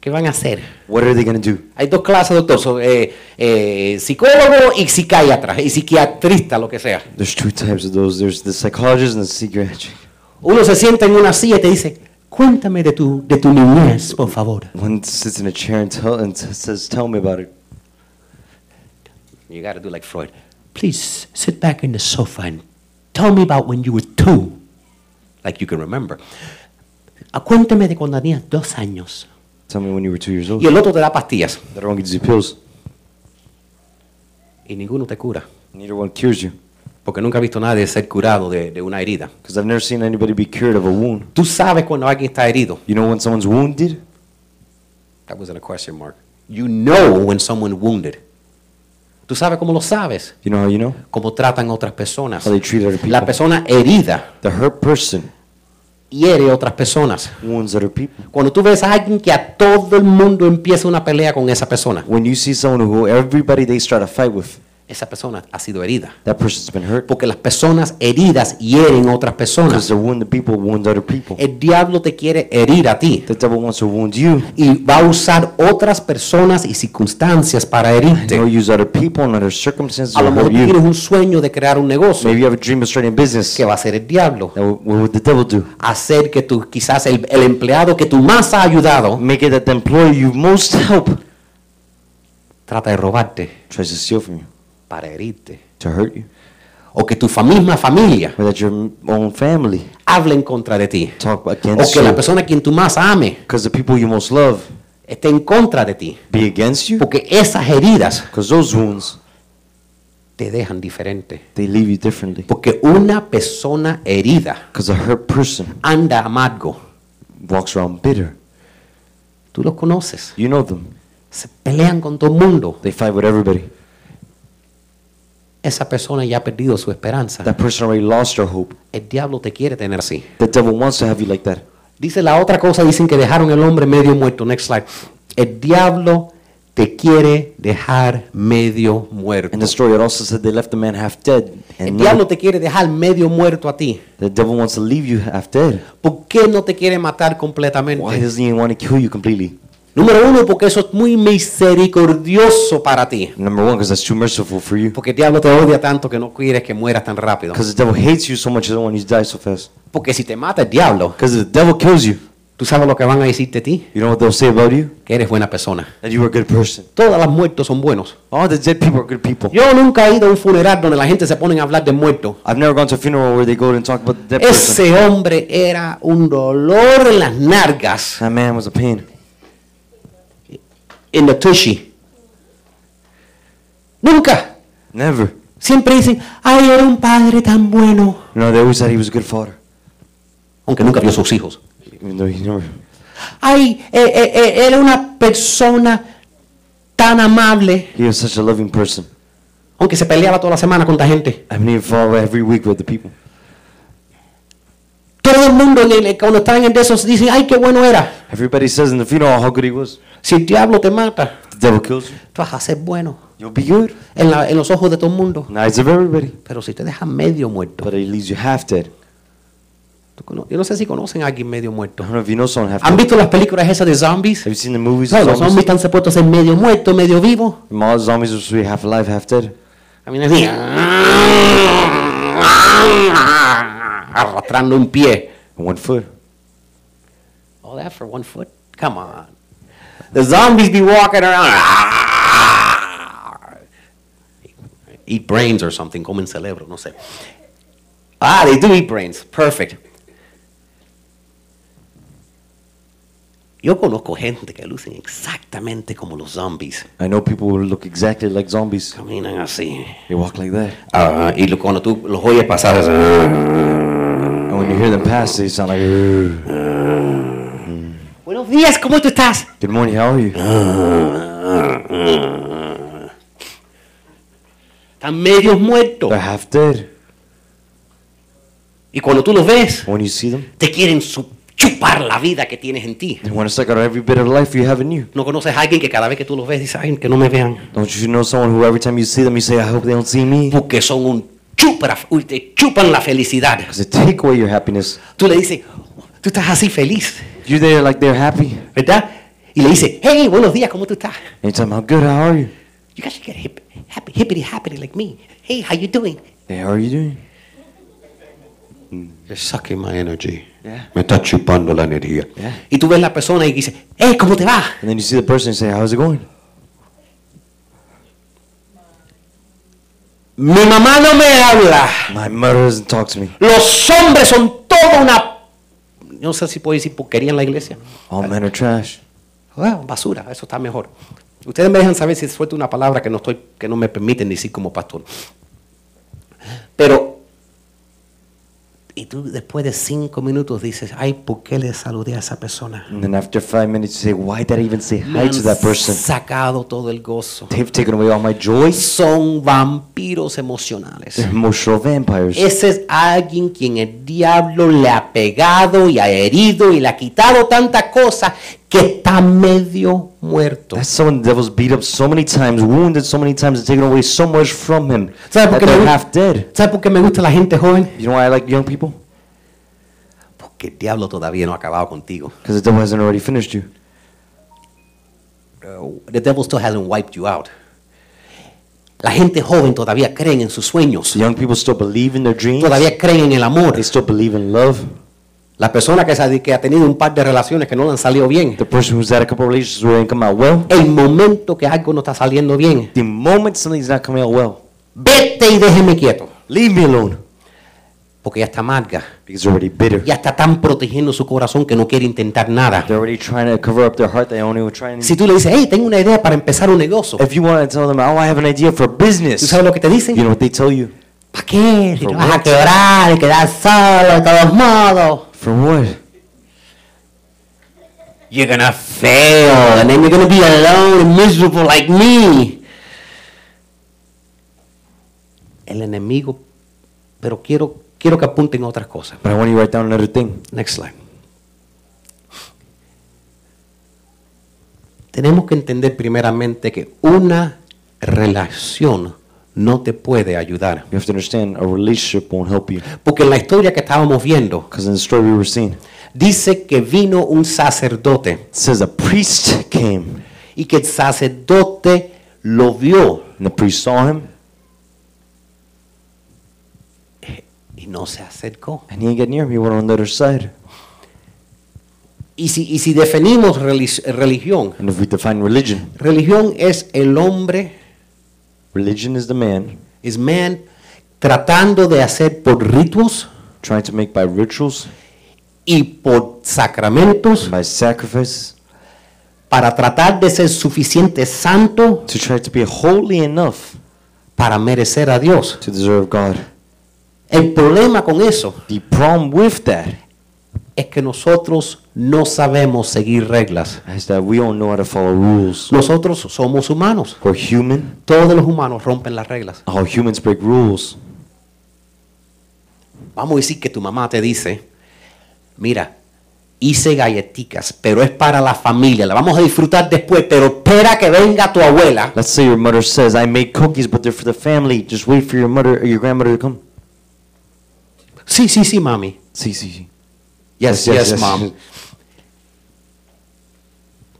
Speaker 2: ¿Qué van a hacer?
Speaker 1: What are they going to do?
Speaker 2: Hay dos clases, doctor. so, eh, eh, psicólogo y psiquiatra. Y psiquiatrista, lo que sea.
Speaker 1: There's two types of those. There's the psychologist and the psychiatric.
Speaker 2: Uno se sienta en una silla y te dice, cuéntame de tu, de tu niñez, por favor.
Speaker 1: One sits in a chair and, tell, and s- says, Tell me about it.
Speaker 2: You gotta do like Freud. Please sit back in the sofa and tell me about when you were two. Like you can remember. "Ah, Cuéntame de cuando tenías dos años.
Speaker 1: Tell me when you were two years old.
Speaker 2: Y el otro te da pastillas.
Speaker 1: The other one gives you pills.
Speaker 2: Y ninguno te cura.
Speaker 1: Neither one cures you.
Speaker 2: Porque nunca he visto a nadie ser curado de, de una herida.
Speaker 1: Because I've never seen anybody be cured of a wound.
Speaker 2: Tú sabes cuando alguien está herido.
Speaker 1: You know when someone's wounded?
Speaker 2: That wasn't a question mark. You know when someone wounded. Tú sabes cómo lo sabes.
Speaker 1: You know how you know?
Speaker 2: Cómo tratan a otras personas.
Speaker 1: How they treat other people.
Speaker 2: La persona herida
Speaker 1: The hurt person
Speaker 2: hiere a otras personas.
Speaker 1: wounds other people.
Speaker 2: Cuando tú ves a alguien que a todo el mundo empieza una pelea con esa persona,
Speaker 1: When you see someone who everybody they start a fight with,
Speaker 2: esa persona ha sido herida.
Speaker 1: that person's been hurt.
Speaker 2: Porque las personas heridas hieren a otras
Speaker 1: Because
Speaker 2: personas.
Speaker 1: the wounded people wound other people.
Speaker 2: El diablo te quiere herir a ti.
Speaker 1: The devil wants to wound you.
Speaker 2: Y va a usar otras personas y circunstancias para
Speaker 1: And he'll
Speaker 2: herirte.
Speaker 1: use other people and other circumstances
Speaker 2: A
Speaker 1: to
Speaker 2: lo mejor
Speaker 1: hurt
Speaker 2: tú tienes
Speaker 1: you.
Speaker 2: un sueño de crear un negocio.
Speaker 1: Maybe you have a dream of starting a business.
Speaker 2: que
Speaker 1: Now,
Speaker 2: va a hacer el diablo?
Speaker 1: what would the devil do?
Speaker 2: hacer que tú, quizás el, el empleado que tú más has ayudado,
Speaker 1: Make it that the employer you most help
Speaker 2: trata de robarte
Speaker 1: tries to steal from you,
Speaker 2: para herirte.
Speaker 1: to hurt you.
Speaker 2: o que tu fa- misma familia
Speaker 1: or that your own family
Speaker 2: hable en contra de ti,
Speaker 1: talk
Speaker 2: o
Speaker 1: against
Speaker 2: que la
Speaker 1: you.
Speaker 2: persona a quien tú más ame
Speaker 1: Because the people you most love
Speaker 2: esté en contra de ti,
Speaker 1: be against you.
Speaker 2: porque esas heridas
Speaker 1: Because those wounds,
Speaker 2: te dejan diferente.
Speaker 1: they leave you differently.
Speaker 2: Porque una persona herida
Speaker 1: Because a hurt person
Speaker 2: anda amargo.
Speaker 1: walks around bitter.
Speaker 2: Tú los conoces.
Speaker 1: You know them.
Speaker 2: Se pelean con todo el mundo.
Speaker 1: They fight with everybody.
Speaker 2: Esa persona ya ha perdido su esperanza.
Speaker 1: That person already lost their hope.
Speaker 2: El diablo te quiere tener así.
Speaker 1: The devil wants to have you like that.
Speaker 2: Dice la otra cosa, dicen que dejaron el hombre medio muerto. Next slide. El diablo te quiere dejar medio muerto.
Speaker 1: In the story, it also said they left the man half dead.
Speaker 2: El
Speaker 1: And
Speaker 2: diablo
Speaker 1: now
Speaker 2: te quiere dejar medio muerto a ti.
Speaker 1: the devil wants to leave you half dead.
Speaker 2: ¿Por qué no te quiere matar
Speaker 1: Why
Speaker 2: completamente?
Speaker 1: doesn't he want to kill you completely?
Speaker 2: Número uno, porque eso es muy misericordioso para ti.
Speaker 1: Number one, because that's too merciful for you.
Speaker 2: Porque el diablo te odia tanto que no quieres que mueras tan rápido.
Speaker 1: Because the devil hates you so much, he doesn't want you to die so fast.
Speaker 2: Porque si te mata el diablo,
Speaker 1: Because if the devil kills you,
Speaker 2: tú sabes lo que van a decir de ti,
Speaker 1: you know what they'll say about you?
Speaker 2: que eres buena persona.
Speaker 1: That you were a good person.
Speaker 2: Todas las muertos son buenos.
Speaker 1: All the dead people are good people.
Speaker 2: Yo nunca he ido a un funeral donde la gente se pone a hablar de muertos.
Speaker 1: I've never gone to a funeral where they go and talk about the dead person.
Speaker 2: Ese hombre era un dolor en las nargas,
Speaker 1: That man was a pain.
Speaker 2: en the tushy. Nunca.
Speaker 1: Never.
Speaker 2: Siempre dicen, ay, era un padre tan bueno.
Speaker 1: You know, they always said he was a good father.
Speaker 2: Aunque nunca vio sus hijos.
Speaker 1: Even though he never.
Speaker 2: Ay, eh, eh, eh, era una persona tan amable.
Speaker 1: He was such a loving person.
Speaker 2: Aunque se peleaba toda la semana con la gente.
Speaker 1: I mean, he fought every week with the people.
Speaker 2: Todo el mundo en el- cuando están en esos dice, ay, qué bueno era.
Speaker 1: Everybody says in the funeral how good he was.
Speaker 2: Si el diablo te mata,
Speaker 1: The devil kills you.
Speaker 2: tú vas a ser bueno
Speaker 1: You'll be good.
Speaker 2: en, la- en los ojos de todo el mundo.
Speaker 1: In the eyes of everybody.
Speaker 2: Pero si te deja medio muerto,
Speaker 1: But he leaves you half dead.
Speaker 2: tú cono- yo no sé si conocen a alguien medio muerto.
Speaker 1: I don't know if you know someone half
Speaker 2: ¿Han
Speaker 1: dead.
Speaker 2: visto las películas esas de zombies?
Speaker 1: Have you seen the movies?
Speaker 2: No, los zombies
Speaker 1: zombies?
Speaker 2: están supuestos a ser medio muerto, medio vivo.
Speaker 1: All zombies are supposed to be half alive, half dead.
Speaker 2: Caminan así, arrastrando un pie.
Speaker 1: And one foot.
Speaker 2: All that for one foot? Come on. The zombies be walking around. Eat brains or something, comen cerebro, no sé. Ah, they do eat brains. Perfect. Yo conozco gente que lucen exactamente como los zombies.
Speaker 1: I know people who look exactly like zombies.
Speaker 2: Caminan así.
Speaker 1: They walk like that.
Speaker 2: Ah, y lo- cuando tú los oyes pasar, es, ah.
Speaker 1: And when you hear them pass, they sound like, "Urgh."
Speaker 2: Buenos días, ¿cómo tú estás?
Speaker 1: Good morning, how are you?
Speaker 2: Están medios muertos.
Speaker 1: They're half dead.
Speaker 2: Y cuando tú los ves,
Speaker 1: When you see them,
Speaker 2: te quieren su- chupar la vida que tienes en ti.
Speaker 1: they want to suck out every bit of life you have in you.
Speaker 2: No conoces a alguien que cada vez que tú los ves dice, ay, que no me vean.
Speaker 1: Don't you know someone who every time you see them, you say, I hope they don't see me?
Speaker 2: Porque son un chupra, uy, te chupan la felicidad.
Speaker 1: Because they take away your happiness.
Speaker 2: Tú le dices, tú estás así feliz,
Speaker 1: You're there like they're happy.
Speaker 2: ¿verdad? Y le dices, hey, buenos días, ¿cómo tú estás?
Speaker 1: And you tell them, how good, how are you?
Speaker 2: You guys should get hip, happy, hippity happity like me. Hey, how you doing?
Speaker 1: Hey, how are you doing?
Speaker 2: You're sucking my energy.
Speaker 1: Yeah.
Speaker 2: Me está chupando la energía.
Speaker 1: Yeah.
Speaker 2: Y tú ves la persona y dices, hey, ¿cómo te va?
Speaker 1: And then you see the person and say, how's it going?
Speaker 2: Mi mamá no me habla.
Speaker 1: My mother doesn't talk to me.
Speaker 2: Los hombres son toda una... No sé si puedo decir porquería en la iglesia.
Speaker 1: All men are trash.
Speaker 2: Bueno, basura, eso está mejor. Ustedes me dejan saber si suelto una palabra que no, estoy, que no me permiten decir como pastor. Pero, y tú después de cinco minutos dices, ay, ¿por qué le saludé a esa persona?
Speaker 1: And then after five minutes, you say, why did I even say
Speaker 2: Me
Speaker 1: hi
Speaker 2: han
Speaker 1: to that person?
Speaker 2: sacado todo el gozo.
Speaker 1: They've taken away all my joy.
Speaker 2: Son vampiros emocionales.
Speaker 1: They're emotional vampires.
Speaker 2: Ese es alguien quien el diablo le ha pegado y ha herido y le ha quitado tanta cosa que está medio muerto.
Speaker 1: That's someone the devil's beat up so many times, wounded so many times, and taken away so much from him
Speaker 2: ¿Sabe por
Speaker 1: that
Speaker 2: qué me
Speaker 1: they're
Speaker 2: gusta?
Speaker 1: half dead.
Speaker 2: ¿Sabe por qué me gusta la gente joven?
Speaker 1: You know why I like young people?
Speaker 2: Porque el diablo todavía no ha acabado contigo.
Speaker 1: Because the devil hasn't already finished you.
Speaker 2: The devil still hasn't wiped you out. La gente joven todavía creen en sus sueños.
Speaker 1: The young people still believe in their dreams.
Speaker 2: Todavía creen en el amor.
Speaker 1: They still believe in love.
Speaker 2: La persona que, se ha- que ha tenido un par de relaciones que no le han salido bien.
Speaker 1: The person who's had a couple of relationships where it didn't come out well,
Speaker 2: El momento que algo no está saliendo bien.
Speaker 1: the moment something's not coming out well,
Speaker 2: Vete y déjeme quieto.
Speaker 1: Leave me alone.
Speaker 2: porque ya está amarga.
Speaker 1: Because they're already bitter.
Speaker 2: Ya está tan protegiendo su corazón que no quiere intentar nada.
Speaker 1: They're already trying to cover up their heart. They only were trying
Speaker 2: Si
Speaker 1: to.
Speaker 2: tú le dices, hey, tengo una idea para empezar un negocio,
Speaker 1: If you want to tell them, oh, I have an idea for
Speaker 2: ¿tú
Speaker 1: business,
Speaker 2: sabes lo que te dicen?
Speaker 1: you know what they tell you?
Speaker 2: ¿Para qué? Si
Speaker 1: For
Speaker 2: te vas a
Speaker 1: what?
Speaker 2: quebrar y quedar solo de todos modos.
Speaker 1: For what?
Speaker 2: You're gonna fail, and then you're gonna be alone and miserable like me. El enemigo, pero quiero, quiero que apunten a otras cosas.
Speaker 1: But I want you to write down another thing.
Speaker 2: Next slide. Tenemos que entender primeramente que una relación no te puede ayudar.
Speaker 1: You have to understand a relationship won't help you.
Speaker 2: Porque en la historia que estábamos viendo,
Speaker 1: Because in the story we were seeing, it
Speaker 2: dice que vino un sacerdote
Speaker 1: says a priest came.
Speaker 2: y que el sacerdote lo vio
Speaker 1: And the priest saw him
Speaker 2: y no se acercó.
Speaker 1: and he didn't get near him. He went on the other side.
Speaker 2: Y si, y si definimos relig- religión,
Speaker 1: And if we define religion,
Speaker 2: religión es el hombre,
Speaker 1: religion is the man
Speaker 2: es man, tratando de hacer por ritos
Speaker 1: trying to make by rituals,
Speaker 2: y por sacramentos
Speaker 1: by sacrifice,
Speaker 2: para tratar de ser suficiente santo
Speaker 1: to try to be holy enough
Speaker 2: para merecer a Dios.
Speaker 1: to deserve God.
Speaker 2: El problema con eso
Speaker 1: The problem with that
Speaker 2: es que nosotros no sabemos seguir reglas.
Speaker 1: is that we don't know how to follow rules.
Speaker 2: Nosotros somos humanos.
Speaker 1: We're human.
Speaker 2: Todos los humanos rompen las reglas.
Speaker 1: All humans break rules.
Speaker 2: Vamos a decir que tu mamá te dice, mira, hice galletitas, pero es para la familia, la vamos a disfrutar después, pero espera que venga tu abuela.
Speaker 1: Let's say your mother says, I made cookies, but they're for the family. Just wait for your mother or your grandmother to come.
Speaker 2: Sí, sí, sí, mami.
Speaker 1: See, see, see.
Speaker 2: Yes, yes, mom.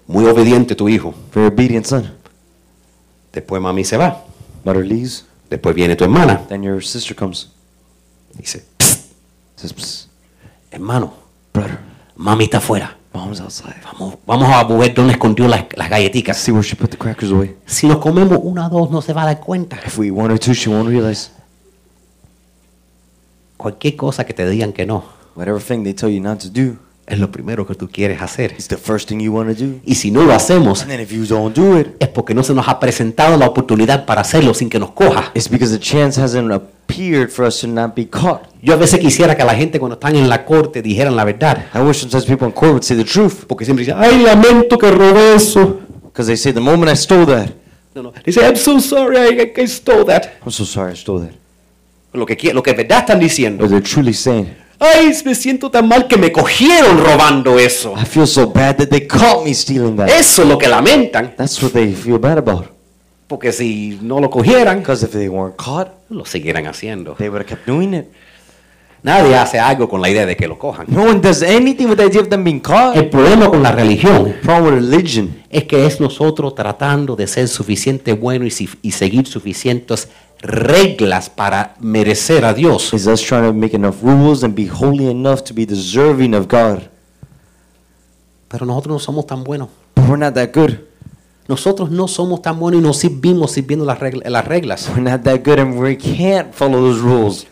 Speaker 2: Muy obediente tu hijo.
Speaker 1: Very obedient son.
Speaker 2: Después mami se va.
Speaker 1: Mother leaves.
Speaker 2: Después viene tu hermana.
Speaker 1: Then your sister comes.
Speaker 2: Dice, "Psst,
Speaker 1: Says, Psst,
Speaker 2: hermano,
Speaker 1: brother,
Speaker 2: mami está afuera.
Speaker 1: mom's outside.
Speaker 2: Vamos, vamos a ver dónde escondió las, las galletitas.
Speaker 1: See where she put the crackers away.
Speaker 2: Si nos comemos una o dos, no se va a dar cuenta.
Speaker 1: If we eat one or two, she won't realize.
Speaker 2: Cualquier cosa que te digan que no,
Speaker 1: Whatever thing they tell you not to do,
Speaker 2: es lo primero que tú quieres hacer.
Speaker 1: it's the first thing you want to do.
Speaker 2: Y si no lo hacemos,
Speaker 1: And then if you don't do it,
Speaker 2: es porque no se nos ha presentado la oportunidad para hacerlo sin que nos coja.
Speaker 1: it's because the chance hasn't appeared for us to not be caught.
Speaker 2: Yo a veces quisiera que la gente cuando están en la corte dijeran la verdad.
Speaker 1: I wish sometimes people in court would say the truth.
Speaker 2: Porque siempre dicen, ay, lamento que robé eso.
Speaker 1: Because they say, the moment I stole that,
Speaker 2: No, no. Dice, I'm so sorry, I, I stole that.
Speaker 1: I'm so sorry I stole that.
Speaker 2: Lo que, qui- lo que verdad están diciendo.
Speaker 1: Or they're truly saying,
Speaker 2: Ay, me siento tan mal que me cogieron robando eso.
Speaker 1: I feel so bad that they caught me stealing that.
Speaker 2: Eso es lo que lamentan.
Speaker 1: That's what they feel bad about.
Speaker 2: Porque si no lo cogieran,
Speaker 1: Because if they weren't caught,
Speaker 2: lo siguieran haciendo.
Speaker 1: they would have kept doing it.
Speaker 2: Nadie hace algo con la idea de que lo cojan.
Speaker 1: No one does anything with the idea of them being caught.
Speaker 2: El problema con la religión
Speaker 1: problem with religion
Speaker 2: es que es nosotros tratando de ser suficiente bueno y, si- y seguir suficientes reglas para merecer a Dios.
Speaker 1: is us trying to make enough rules and be holy enough to be deserving of God.
Speaker 2: Pero nosotros no somos tan buenos.
Speaker 1: But we're not that good.
Speaker 2: Nosotros no somos tan buenos y nos servimos sirviendo las, regla- las reglas.
Speaker 1: We're not that good and we can't follow those rules.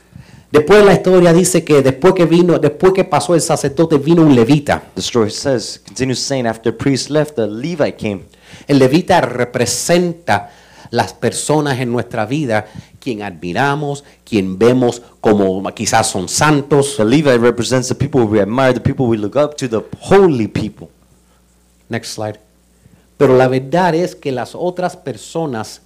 Speaker 2: Después la historia dice que después que vino, después que pasó el sacerdote vino un levita.
Speaker 1: The story says, continues saying, after the priest left, the Levite came.
Speaker 2: El levita representa las personas en nuestra vida quien admiramos, quien vemos como quizás son santos.
Speaker 1: The Levite represents the people we admire, the people we look up to, the holy people.
Speaker 2: Next slide. Pero la verdad es que las otras personas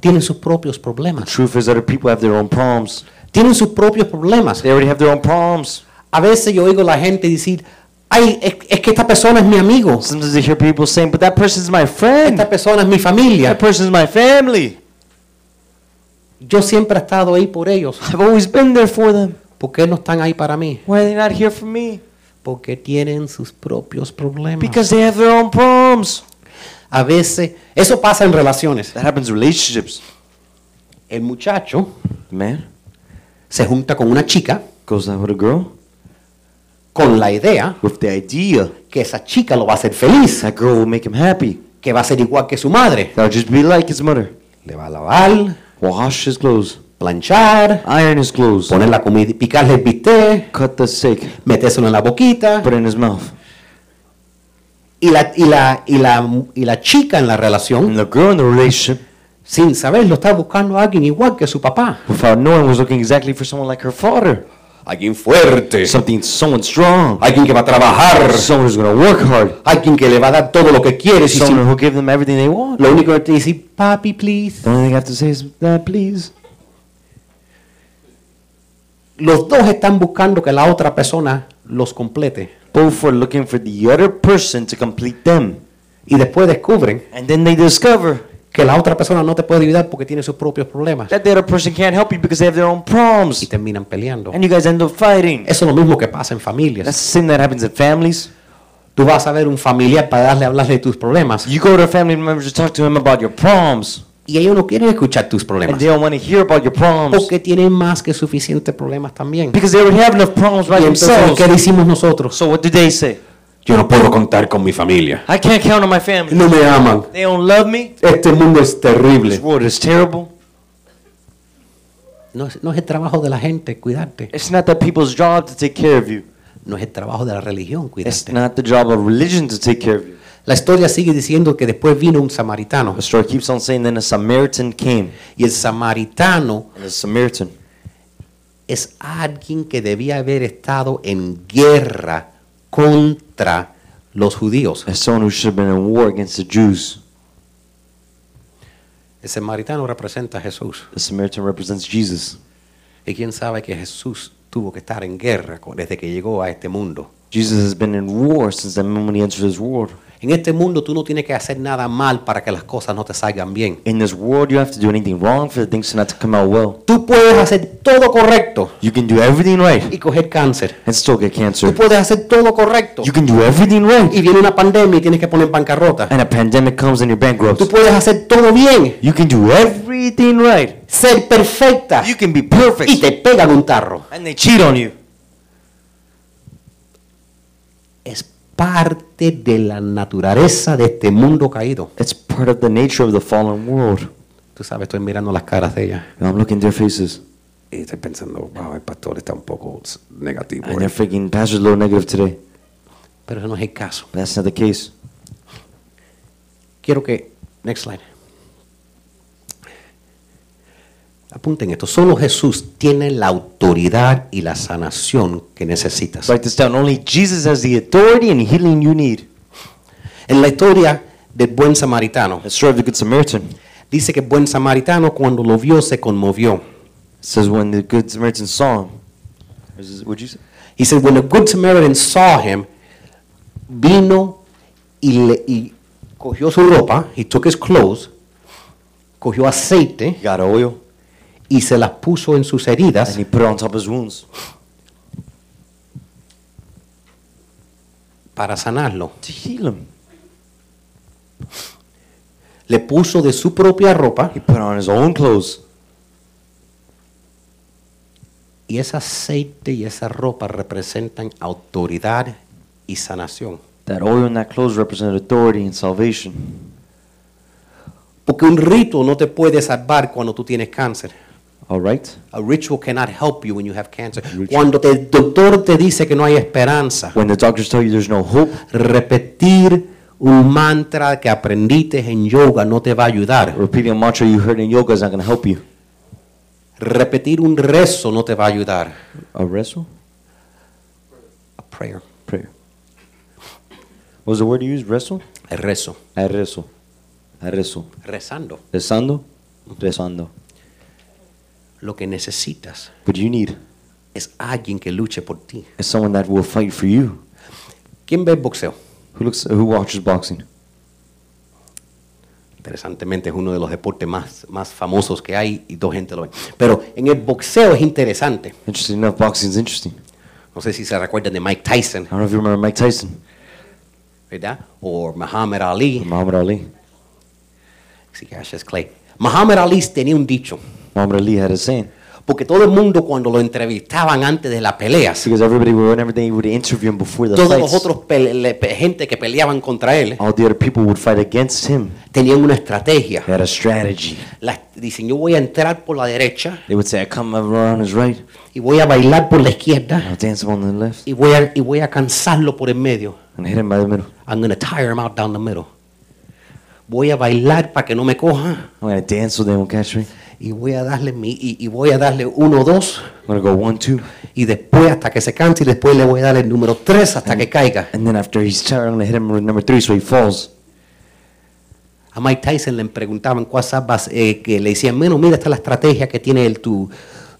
Speaker 2: tienen sus propios problemas.
Speaker 1: Truth is, other people have their own problems.
Speaker 2: Tienen sus propios problemas.
Speaker 1: They already have their own problems.
Speaker 2: A veces yo oigo a la gente decir, ay, es, es que esta persona es mi amigo,
Speaker 1: Sometimes you hear people saying, "But that person's my friend.
Speaker 2: esta
Speaker 1: That
Speaker 2: persona es mi familia.
Speaker 1: person's my family.
Speaker 2: Yo siempre he estado ahí por ellos.
Speaker 1: I've always been there for them.
Speaker 2: ¿Por qué no están ahí para mí?
Speaker 1: Why are they not here for me?
Speaker 2: Porque tienen sus propios problemas.
Speaker 1: Because they have their own problems."
Speaker 2: a veces, eso pasa en relaciones.
Speaker 1: That happens in relationships.
Speaker 2: El muchacho
Speaker 1: Man
Speaker 2: se junta con una chica
Speaker 1: goes out with a girl
Speaker 2: con la idea
Speaker 1: with the idea
Speaker 2: que esa chica lo va a hacer feliz,
Speaker 1: that girl will make him happy.
Speaker 2: que va a ser igual que su madre.
Speaker 1: That'll just be like his mother.
Speaker 2: Le va a lavar,
Speaker 1: Wash his clothes,
Speaker 2: planchar,
Speaker 1: iron his clothes,
Speaker 2: poner la comida, picarle el bistec,
Speaker 1: cut the steak,
Speaker 2: metérselo en la boquita.
Speaker 1: put it in his mouth.
Speaker 2: Y la, y la, y la, y la chica en la relación,
Speaker 1: And the girl in the relationship,
Speaker 2: sin saberlo, está buscando a alguien igual que su papá.
Speaker 1: without knowing, was looking exactly for someone like her father.
Speaker 2: Alguien fuerte,
Speaker 1: Something, someone strong,
Speaker 2: alguien que va a trabajar,
Speaker 1: someone who's going to work hard,
Speaker 2: alguien que le va a dar todo lo que quiere. y sin-
Speaker 1: someone who'll give them everything they want.
Speaker 2: lo único que te dice, papi, please.
Speaker 1: The only thing I have to say is, Dad, please.
Speaker 2: Los dos están buscando que la otra persona los complete.
Speaker 1: Both were looking for the other person to complete them.
Speaker 2: Y después descubren
Speaker 1: And then they discover
Speaker 2: que la otra persona no te puede ayudar porque tiene sus propios problemas.
Speaker 1: that the other person can't help you because they have their own
Speaker 2: Y
Speaker 1: problems.
Speaker 2: terminan peleando.
Speaker 1: And you guys end up fighting.
Speaker 2: Eso es lo mismo que pasa en
Speaker 1: That's
Speaker 2: familias.
Speaker 1: the thing that happens in families.
Speaker 2: Tú vas a ver un familiar para darle hablarle de tus problemas.
Speaker 1: You go to a family member to talk to him about your problems,
Speaker 2: Y ellos no quieren escuchar tus
Speaker 1: and
Speaker 2: problemas.
Speaker 1: they don't want to hear about your problems
Speaker 2: Porque tienen más que suficientes problemas también. Y
Speaker 1: because they already have enough problems by
Speaker 2: entonces,
Speaker 1: themselves.
Speaker 2: ¿qué decimos nosotros?
Speaker 1: So what do they say?
Speaker 2: Yo no puedo contar con mi familia.
Speaker 1: I can't count on my family.
Speaker 2: No me aman.
Speaker 1: They don't love me.
Speaker 2: Este mundo es
Speaker 1: This
Speaker 2: terrible.
Speaker 1: world is terrible.
Speaker 2: No es, no es el trabajo de la gente cuidarte.
Speaker 1: It's not that people's job to take care of you.
Speaker 2: No es el trabajo de la religión
Speaker 1: It's
Speaker 2: cuidarte.
Speaker 1: not the job of religion to take care of you.
Speaker 2: La historia sigue diciendo que después vino un samaritano.
Speaker 1: The story keeps on saying, then a Samaritan came.
Speaker 2: Y el samaritano
Speaker 1: And the Samaritan
Speaker 2: es alguien que debía haber estado en guerra contra los judíos.
Speaker 1: is someone who should have been in war against the Jews.
Speaker 2: El samaritano representa a Jesús.
Speaker 1: The Samaritan represents Jesus.
Speaker 2: Y quién sabe que Jesús tuvo que estar en guerra con- desde que llegó a este mundo.
Speaker 1: Jesus has been in war since the moment he entered this world.
Speaker 2: En este mundo tú no tienes que hacer nada mal para que las cosas no te salgan bien.
Speaker 1: In this world, you have to do anything wrong for the things not to come out well.
Speaker 2: Tú puedes hacer todo correcto
Speaker 1: You can do everything right
Speaker 2: y coger cáncer.
Speaker 1: and still get
Speaker 2: Tú
Speaker 1: cancer.
Speaker 2: puedes hacer todo correcto
Speaker 1: You can do everything
Speaker 2: y
Speaker 1: right
Speaker 2: viene una pandemia y tienes que poner en bancarrota.
Speaker 1: and a pandemic comes and you're bankrupt.
Speaker 2: Tú puedes hacer todo bien,
Speaker 1: You can do everything right.
Speaker 2: ser perfecta
Speaker 1: You can be
Speaker 2: y
Speaker 1: perfect
Speaker 2: te pegan un tarro.
Speaker 1: and they cheat on you.
Speaker 2: es parte de la naturaleza de este mundo caído.
Speaker 1: It's part of the nature of the fallen world.
Speaker 2: Tú sabes, estoy mirando las caras de ella.
Speaker 1: And I'm looking at their faces
Speaker 2: Y estoy pensando, wow, el pastor está un poco s- negativo.
Speaker 1: and
Speaker 2: hoy".
Speaker 1: they're freaking pastor's a little negative today.
Speaker 2: Pero eso no es el caso.
Speaker 1: But that's not the case.
Speaker 2: Quiero que, next slide. Apunten esto. Solo Jesús tiene la autoridad y la sanación que necesitas.
Speaker 1: Write this down. Only Jesus has the authority and healing you need.
Speaker 2: En la historia del buen samaritano,
Speaker 1: The story of the Good Samaritan
Speaker 2: dice que el buen samaritano cuando lo vio se conmovió.
Speaker 1: says when the Good Samaritan saw him, is this- would you say?
Speaker 2: He said, when the good Samaritan saw him, vino y, le, y cogió su ropa, he took his clothes, cogió aceite
Speaker 1: He got oil
Speaker 2: y se las puso en sus
Speaker 1: and
Speaker 2: heridas
Speaker 1: he put it on top of his wounds
Speaker 2: para sanarlo.
Speaker 1: to heal him.
Speaker 2: Le puso de su propia ropa
Speaker 1: He put on his own clothes.
Speaker 2: y ese aceite y esa ropa representan autoridad y sanación.
Speaker 1: That oil and that clothes represent authority and salvation.
Speaker 2: Porque un rito no te puede salvar cuando tú tienes cáncer.
Speaker 1: All right?
Speaker 2: A ritual cannot help you when you have cancer.
Speaker 1: Ritual.
Speaker 2: Cuando te- el doctor te dice que no hay esperanza,
Speaker 1: When the doctors tell you there's no hope,
Speaker 2: repetir un mantra que aprendiste en yoga no te va a ayudar.
Speaker 1: repeating a mantra you heard in yoga is not going to help you.
Speaker 2: Repetir un rezo no te va a ayudar.
Speaker 1: A wrestle?
Speaker 2: A prayer.
Speaker 1: Prayer. What was the word you used? Wrestle?
Speaker 2: El rezo.
Speaker 1: I rezo. I rezo.
Speaker 2: Rezando.
Speaker 1: Rezando? Rezando.
Speaker 2: Lo que necesitas
Speaker 1: What you need
Speaker 2: es alguien que luche por ti.
Speaker 1: is someone that will fight for you.
Speaker 2: ¿Quién ve el boxeo?
Speaker 1: Who looks? Who watches boxing?
Speaker 2: Interesantemente es uno de los deportes más, más famosos que hay y dos gente lo ve. Pero en el boxeo es interesante.
Speaker 1: Interesting enough, boxing's interesting.
Speaker 2: No sé si se recuerdan de Mike Tyson,
Speaker 1: I don't know if you remember Mike Tyson,
Speaker 2: ¿verdad? O Muhammad Ali.
Speaker 1: Muhammad Ali.
Speaker 2: Sí, Cassius Clay. Muhammad Ali tenía un dicho.
Speaker 1: Muhammad Ali had a saying:
Speaker 2: porque todo el mundo cuando lo entrevistaban antes de las peleas,
Speaker 1: Because everybody, whenever they would interview him before the
Speaker 2: todos los
Speaker 1: fights,
Speaker 2: otros pele- le- pe- gente que peleaban contra él
Speaker 1: all the other people would fight against him.
Speaker 2: tenían una estrategia.
Speaker 1: They had a strategy.
Speaker 2: La- dicen, yo voy a entrar por la derecha
Speaker 1: They would say, I come around his right,
Speaker 2: y voy a bailar por la izquierda
Speaker 1: I'll dance him on the left,
Speaker 2: y voy a, y voy a cansarlo por el medio.
Speaker 1: and hit him by the middle.
Speaker 2: I'm gonna tire him out down the middle. Voy a bailar para que no me coja
Speaker 1: I'm going to dance so they won't catch me.
Speaker 2: y voy a darle mi y, y voy a darle uno dos
Speaker 1: I'm going to go one, two.
Speaker 2: y después hasta que se canse y después le voy a dar el número tres hasta que caiga.
Speaker 1: And then after he's tired, I'm going to hit him with number three so he falls.
Speaker 2: A Mike Tyson le preguntaban cuáles ambas, eh, que le decían, menos mira esta es la estrategia que tiene el tu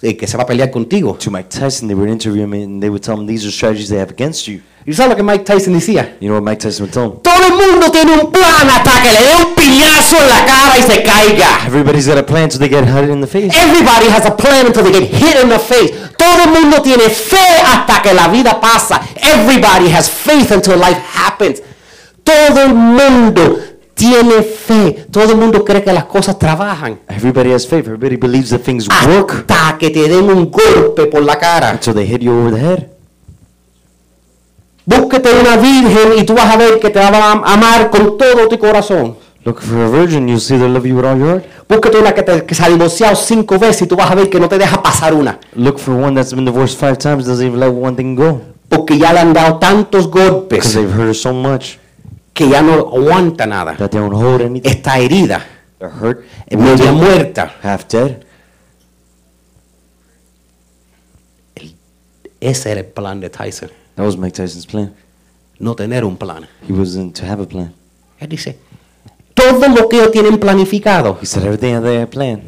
Speaker 2: eh, que se va a pelear contigo.
Speaker 1: To Mike Tyson, they would interview him and they would tell him, These are strategies they have against you.
Speaker 2: ¿Y sabes lo que Mike Tyson decía?
Speaker 1: You know what Mike Tyson would tell him?
Speaker 2: Todo el mundo tiene un plan hasta que le dé un piñazo en la cara y se caiga.
Speaker 1: Everybody's got a plan so they get hit in the face.
Speaker 2: Everybody has a plan until they get hit in the face. Todo el mundo tiene fe hasta que la vida pasa. Everybody has faith until life happens. Todo el mundo tiene fe. Todo el mundo cree que las cosas trabajan.
Speaker 1: Everybody has faith. Everybody believes that things work
Speaker 2: Hasta que te den un golpe por la cara.
Speaker 1: until they hit you over the head.
Speaker 2: Búsquete una virgen y tú vas a ver que te va a am- amar con todo tu corazón.
Speaker 1: Look for a virgin, you'll see they love you with all your heart.
Speaker 2: Búsquete una que, te, que se ha divorciado cinco veces y tú vas a ver que no te deja pasar una.
Speaker 1: Look for one that's been divorced five times, doesn't even let one thing go.
Speaker 2: Porque ya le han dado tantos
Speaker 1: Because
Speaker 2: golpes
Speaker 1: they've hurt her so much
Speaker 2: que ya no aguanta nada.
Speaker 1: that they don't hold anything.
Speaker 2: está herida,
Speaker 1: They're hurt,
Speaker 2: media Eh. muerta.
Speaker 1: half dead.
Speaker 2: Ese era el plan de Tyson,
Speaker 1: That was Mike Tyson's plan.
Speaker 2: no tener un plan.
Speaker 1: He wasn't to have a plan.
Speaker 2: Él dice, todo lo que ellos tienen planificado,
Speaker 1: He said everything that they had planned.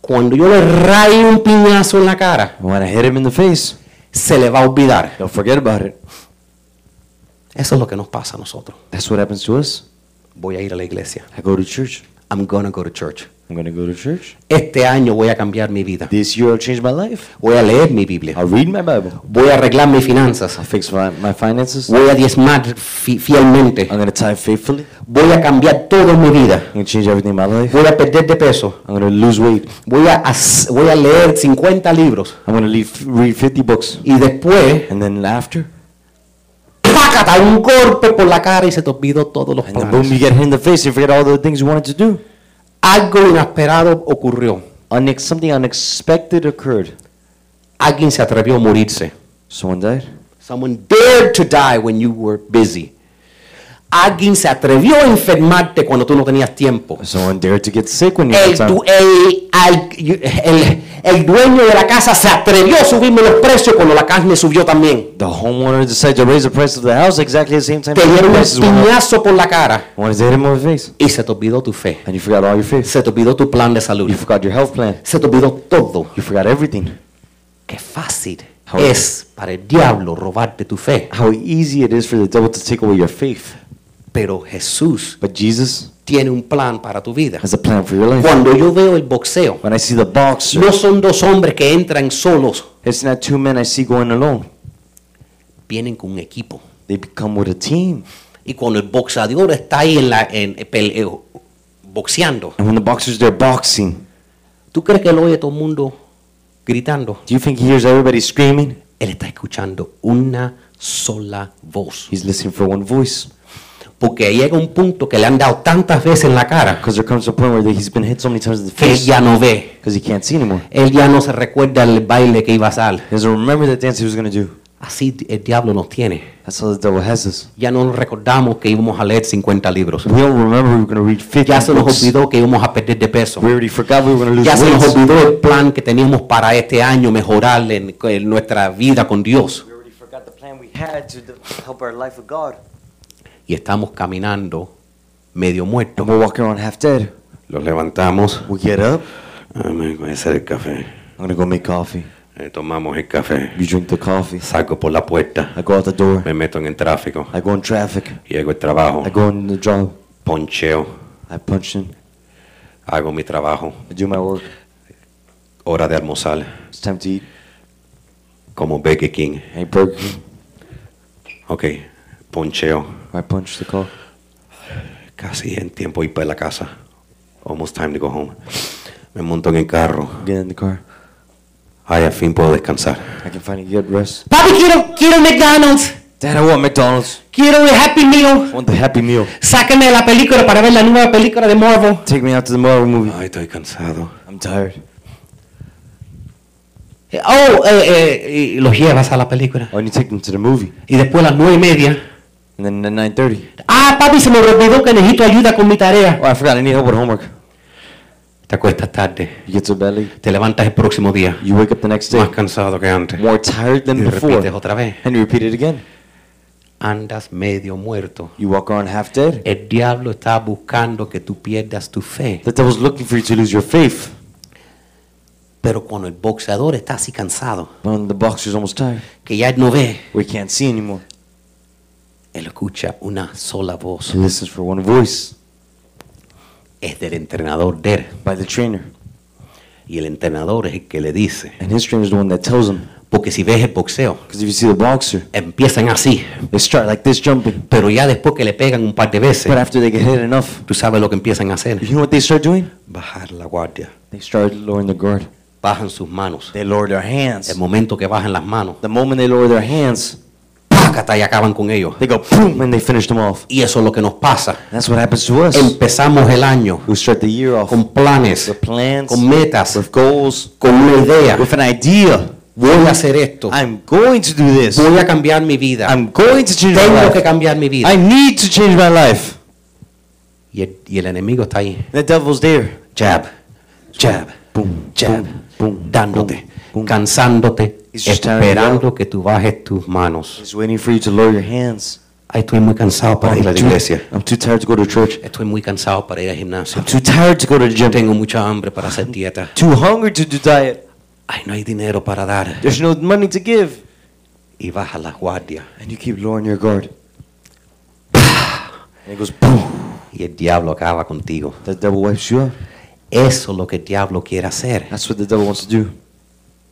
Speaker 2: cuando yo le rayo un piñazo en la cara,
Speaker 1: When I hit him in the face,
Speaker 2: se le va a olvidar.
Speaker 1: they'll forget about it.
Speaker 2: Eso es lo que nos pasa a nosotros.
Speaker 1: That's what happens to us.
Speaker 2: Voy a ir a la iglesia.
Speaker 1: I go to church.
Speaker 2: I'm gonna go to church.
Speaker 1: I'm going to go to church.
Speaker 2: Este año voy a cambiar mi vida.
Speaker 1: This year I'll change my life.
Speaker 2: Voy a leer mi Biblia.
Speaker 1: I'll read my Bible.
Speaker 2: Voy a arreglar mis finanzas.
Speaker 1: I'll fix my, my finances. I'm
Speaker 2: Voy a diezmar fi- fielmente.
Speaker 1: going to tithe faithfully.
Speaker 2: Voy a cambiar todo mi vida.
Speaker 1: I'm going to change everything in my life.
Speaker 2: Voy a perder de peso.
Speaker 1: I'm going to lose weight.
Speaker 2: Voy a, hac- voy a leer 50 libros.
Speaker 1: I'm going to leave, read 50 books.
Speaker 2: Y después
Speaker 1: And then after,
Speaker 2: ¡Pácata! Un golpe por la cara y se te olvidó todos los
Speaker 1: and then boom, you
Speaker 2: planes.
Speaker 1: get hit in the face. You forget all the things you wanted to do.
Speaker 2: Algo inesperado ocurrió.
Speaker 1: Unex- something unexpected occurred.
Speaker 2: Alguien se atrevió a morirse.
Speaker 1: Someone died.
Speaker 2: Someone dared to die when you were busy. Alguien se atrevió a enfermarte cuando tú no tenías tiempo.
Speaker 1: Someone dared to get sick when you
Speaker 2: El,
Speaker 1: had time.
Speaker 2: du- el- al- el- el dueño de la casa se atrevió a subirme los precios cuando la carne subió también.
Speaker 1: The homeowner decided to raise the price of the house exactly the same time.
Speaker 2: Te
Speaker 1: the
Speaker 2: dieron un
Speaker 1: prices went up.
Speaker 2: piñazo por la cara
Speaker 1: Wanted to hit him over the face.
Speaker 2: y se te olvidó tu fe.
Speaker 1: And you forgot all your faith.
Speaker 2: Se te olvidó tu plan de salud.
Speaker 1: You forgot your health plan.
Speaker 2: Se te olvidó todo.
Speaker 1: You forgot everything.
Speaker 2: Qué fácil
Speaker 1: How-
Speaker 2: es para el diablo robarte tu fe.
Speaker 1: How easy it is for the devil to take away your faith.
Speaker 2: Pero Jesús
Speaker 1: But Jesus
Speaker 2: tiene un plan para tu vida.
Speaker 1: has a plan for your life.
Speaker 2: Cuando yo veo el boxeo,
Speaker 1: When I see the boxer,
Speaker 2: no son dos hombres que entran solos,
Speaker 1: it's not two men I see going alone.
Speaker 2: vienen con un equipo.
Speaker 1: They become with a team.
Speaker 2: Y cuando el boxeador está ahí en la, en, eh, pele- eh, boxeando,
Speaker 1: And when the boxer's there boxing,
Speaker 2: ¿tú crees que él oye a todo el mundo gritando?
Speaker 1: do you think he hears everybody screaming?
Speaker 2: Él está escuchando una sola voz.
Speaker 1: He's listening for one voice.
Speaker 2: Porque llega un punto que le han dado tantas veces en la cara
Speaker 1: Because there comes a point where he's been hit so many times in the
Speaker 2: que él
Speaker 1: face
Speaker 2: ya no ve.
Speaker 1: because he can't see anymore.
Speaker 2: Él ya no se recuerda el baile que iba a hacer.
Speaker 1: He doesn't remember the dance he was going to do.
Speaker 2: Así el diablo nos tiene.
Speaker 1: That's how the devil has us.
Speaker 2: Ya no nos recordamos que íbamos a leer 50 libros.
Speaker 1: We don't remember we were going to read 50
Speaker 2: Ya se nos
Speaker 1: books.
Speaker 2: olvidó que íbamos a perder de peso.
Speaker 1: We already forgot we were going to lose
Speaker 2: Ya se nos
Speaker 1: weight.
Speaker 2: olvidó el plan que teníamos para este año mejorar en, en nuestra vida con Dios.
Speaker 1: We already forgot the plan we had to help our life with God.
Speaker 2: Y estamos caminando medio muertos.
Speaker 1: And we're walking around half dead.
Speaker 4: Los levantamos.
Speaker 1: We get up.
Speaker 4: Ah, me voy a hacer el café.
Speaker 1: I'm going to go make coffee.
Speaker 4: Eh, tomamos el café.
Speaker 1: You drink the coffee.
Speaker 4: Salgo por la puerta.
Speaker 1: I go out the door.
Speaker 4: Me meto en el tráfico.
Speaker 1: I go in traffic.
Speaker 4: Llego al trabajo.
Speaker 1: I go in the job.
Speaker 4: Poncheo.
Speaker 1: I punch in.
Speaker 4: Hago mi trabajo.
Speaker 1: I do my work.
Speaker 4: Hora de almorzar.
Speaker 1: It's time to eat.
Speaker 4: Como Becky King.
Speaker 1: I eat Burger King.
Speaker 4: Ok. Poncheo.
Speaker 1: I punch the clock.
Speaker 4: Casi en tiempo ir para la casa. Almost time to go home. Me monto en el carro.
Speaker 1: Get in the car.
Speaker 4: Ay, al fin puedo descansar.
Speaker 1: I can finally get rest.
Speaker 2: Papi, quiero, quiero McDonald's.
Speaker 1: Dad, I want McDonald's.
Speaker 2: Quiero un Happy Meal.
Speaker 1: I want the Happy Meal.
Speaker 2: Sáquenme de la película para ver la nueva película de Marvel.
Speaker 1: Take me out to the Marvel movie.
Speaker 4: Ay, estoy cansado.
Speaker 1: I'm tired.
Speaker 2: Eh, Oh, eh, eh, y los llevas a la película.
Speaker 1: Oh, and you take them to the movie.
Speaker 2: Y después a las nueve y media.
Speaker 1: And then at 9.30.
Speaker 2: Ah, papi, se me olvidó que necesito ayuda con mi tarea.
Speaker 1: Oh, I forgot. I need help with homework.
Speaker 4: Te acuestas tarde,
Speaker 1: You get to bed late.
Speaker 4: te levantas el próximo día,
Speaker 1: You wake up the next
Speaker 4: más
Speaker 1: day.
Speaker 4: cansado que antes.
Speaker 1: More
Speaker 4: Y
Speaker 1: tired than
Speaker 4: repites
Speaker 1: before.
Speaker 4: otra vez.
Speaker 1: And you repeat it again.
Speaker 4: Andas medio muerto.
Speaker 1: You walk around half dead.
Speaker 4: El diablo está buscando que tú pierdas tu fe.
Speaker 1: The devil's looking for you to lose your faith.
Speaker 2: Pero cuando el boxeador está así cansado,
Speaker 1: When the boxer's almost tired.
Speaker 2: que ya no ve,
Speaker 1: We can't see anymore.
Speaker 2: él escucha una sola voz.
Speaker 1: He listens for one voice
Speaker 2: Es del entrenador de él.
Speaker 1: by the trainer.
Speaker 2: Y el entrenador es el que le dice.
Speaker 1: And his trainer's the one that tells him.
Speaker 2: Porque si ves el boxeo,
Speaker 1: Because if you see the boxer,
Speaker 2: empiezan así.
Speaker 1: they start like this jumping.
Speaker 2: Pero ya después que le pegan un par de veces,
Speaker 1: But after they get hit enough,
Speaker 2: tú sabes lo que empiezan a hacer.
Speaker 1: you know what they start doing?
Speaker 4: Bajar la guardia.
Speaker 1: They start lowering the guard.
Speaker 2: Bajan sus manos.
Speaker 1: They lower their hands.
Speaker 2: El momento que bajan las manos,
Speaker 1: The moment they lower their hands,
Speaker 2: ¡pácata! y acaban con ellos.
Speaker 1: they go boom and they finish them off.
Speaker 2: Y eso es lo que nos pasa.
Speaker 1: That's what happens to us.
Speaker 2: Empezamos el año
Speaker 1: We start the year off
Speaker 2: con planes,
Speaker 1: with plans,
Speaker 2: con metas,
Speaker 1: with goals,
Speaker 2: con una idea.
Speaker 1: with an idea.
Speaker 2: Voy a hacer esto.
Speaker 1: I'm going to do this.
Speaker 2: Voy a cambiar mi vida.
Speaker 1: I'm going to change my
Speaker 2: Tengo que
Speaker 1: life.
Speaker 2: cambiar mi vida.
Speaker 1: I need to change my life.
Speaker 2: Y el, y el enemigo está ahí.
Speaker 1: The devil's there.
Speaker 2: Jab, jab,
Speaker 1: Boom,
Speaker 2: jab,
Speaker 1: boom, boom,
Speaker 2: dándote,
Speaker 1: boom, boom.
Speaker 2: cansándote,
Speaker 1: He's just telling
Speaker 2: esperando que tú bajes tus manos.
Speaker 1: He's waiting for you to lower your hands.
Speaker 2: Ay, estoy muy cansado para ir a la
Speaker 1: I'm, too,
Speaker 2: iglesia.
Speaker 1: I'm too tired to go to church.
Speaker 2: Estoy muy cansado para ir al gimnasio.
Speaker 1: I'm too tired to go to the gym.
Speaker 2: Tengo mucha hambre para hacer dieta.
Speaker 1: Too hungry to do diet.
Speaker 2: Ay, no hay dinero para dar.
Speaker 1: There's no money to give.
Speaker 2: Y baja la guardia.
Speaker 1: And you keep lowering your guard. And it goes boom.
Speaker 2: Y el diablo acaba contigo.
Speaker 1: The devil wipes you up.
Speaker 2: Eso es lo que el diablo quiere hacer.
Speaker 1: That's what the devil wants to do.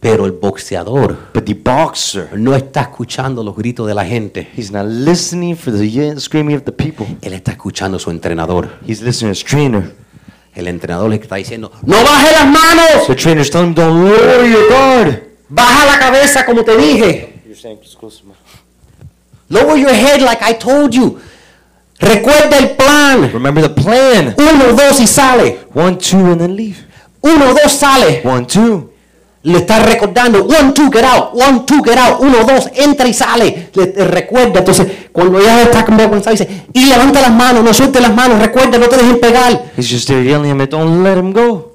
Speaker 2: Pero el boxeador
Speaker 1: But the boxer,
Speaker 2: no está escuchando los gritos de la gente.
Speaker 1: he's not listening for the ye- screaming of the people.
Speaker 2: Él está escuchando a su entrenador.
Speaker 1: He's listening to his trainer.
Speaker 2: El entrenador le está diciendo, no baje las manos,
Speaker 1: The trainer's telling him, don't lower your guard.
Speaker 2: baja la cabeza como te dije.
Speaker 1: You're saying, it's close to
Speaker 2: Lower your head like I told you. Recuerda el plan.
Speaker 1: Remember the plan.
Speaker 2: Uno, dos y sale.
Speaker 1: One, two, and then leave.
Speaker 2: Uno, dos, sale.
Speaker 1: One, two.
Speaker 2: Le está recordando, one, two, get out, one, two, get out, uno, dos, entra y sale. Le, le recuerda, entonces, cuando ya está cambiando, cuando sale, dice, y levanta las manos, no suelte las manos, recuerda, no te dejen pegar.
Speaker 1: He's just there yelling at me, don't let him go.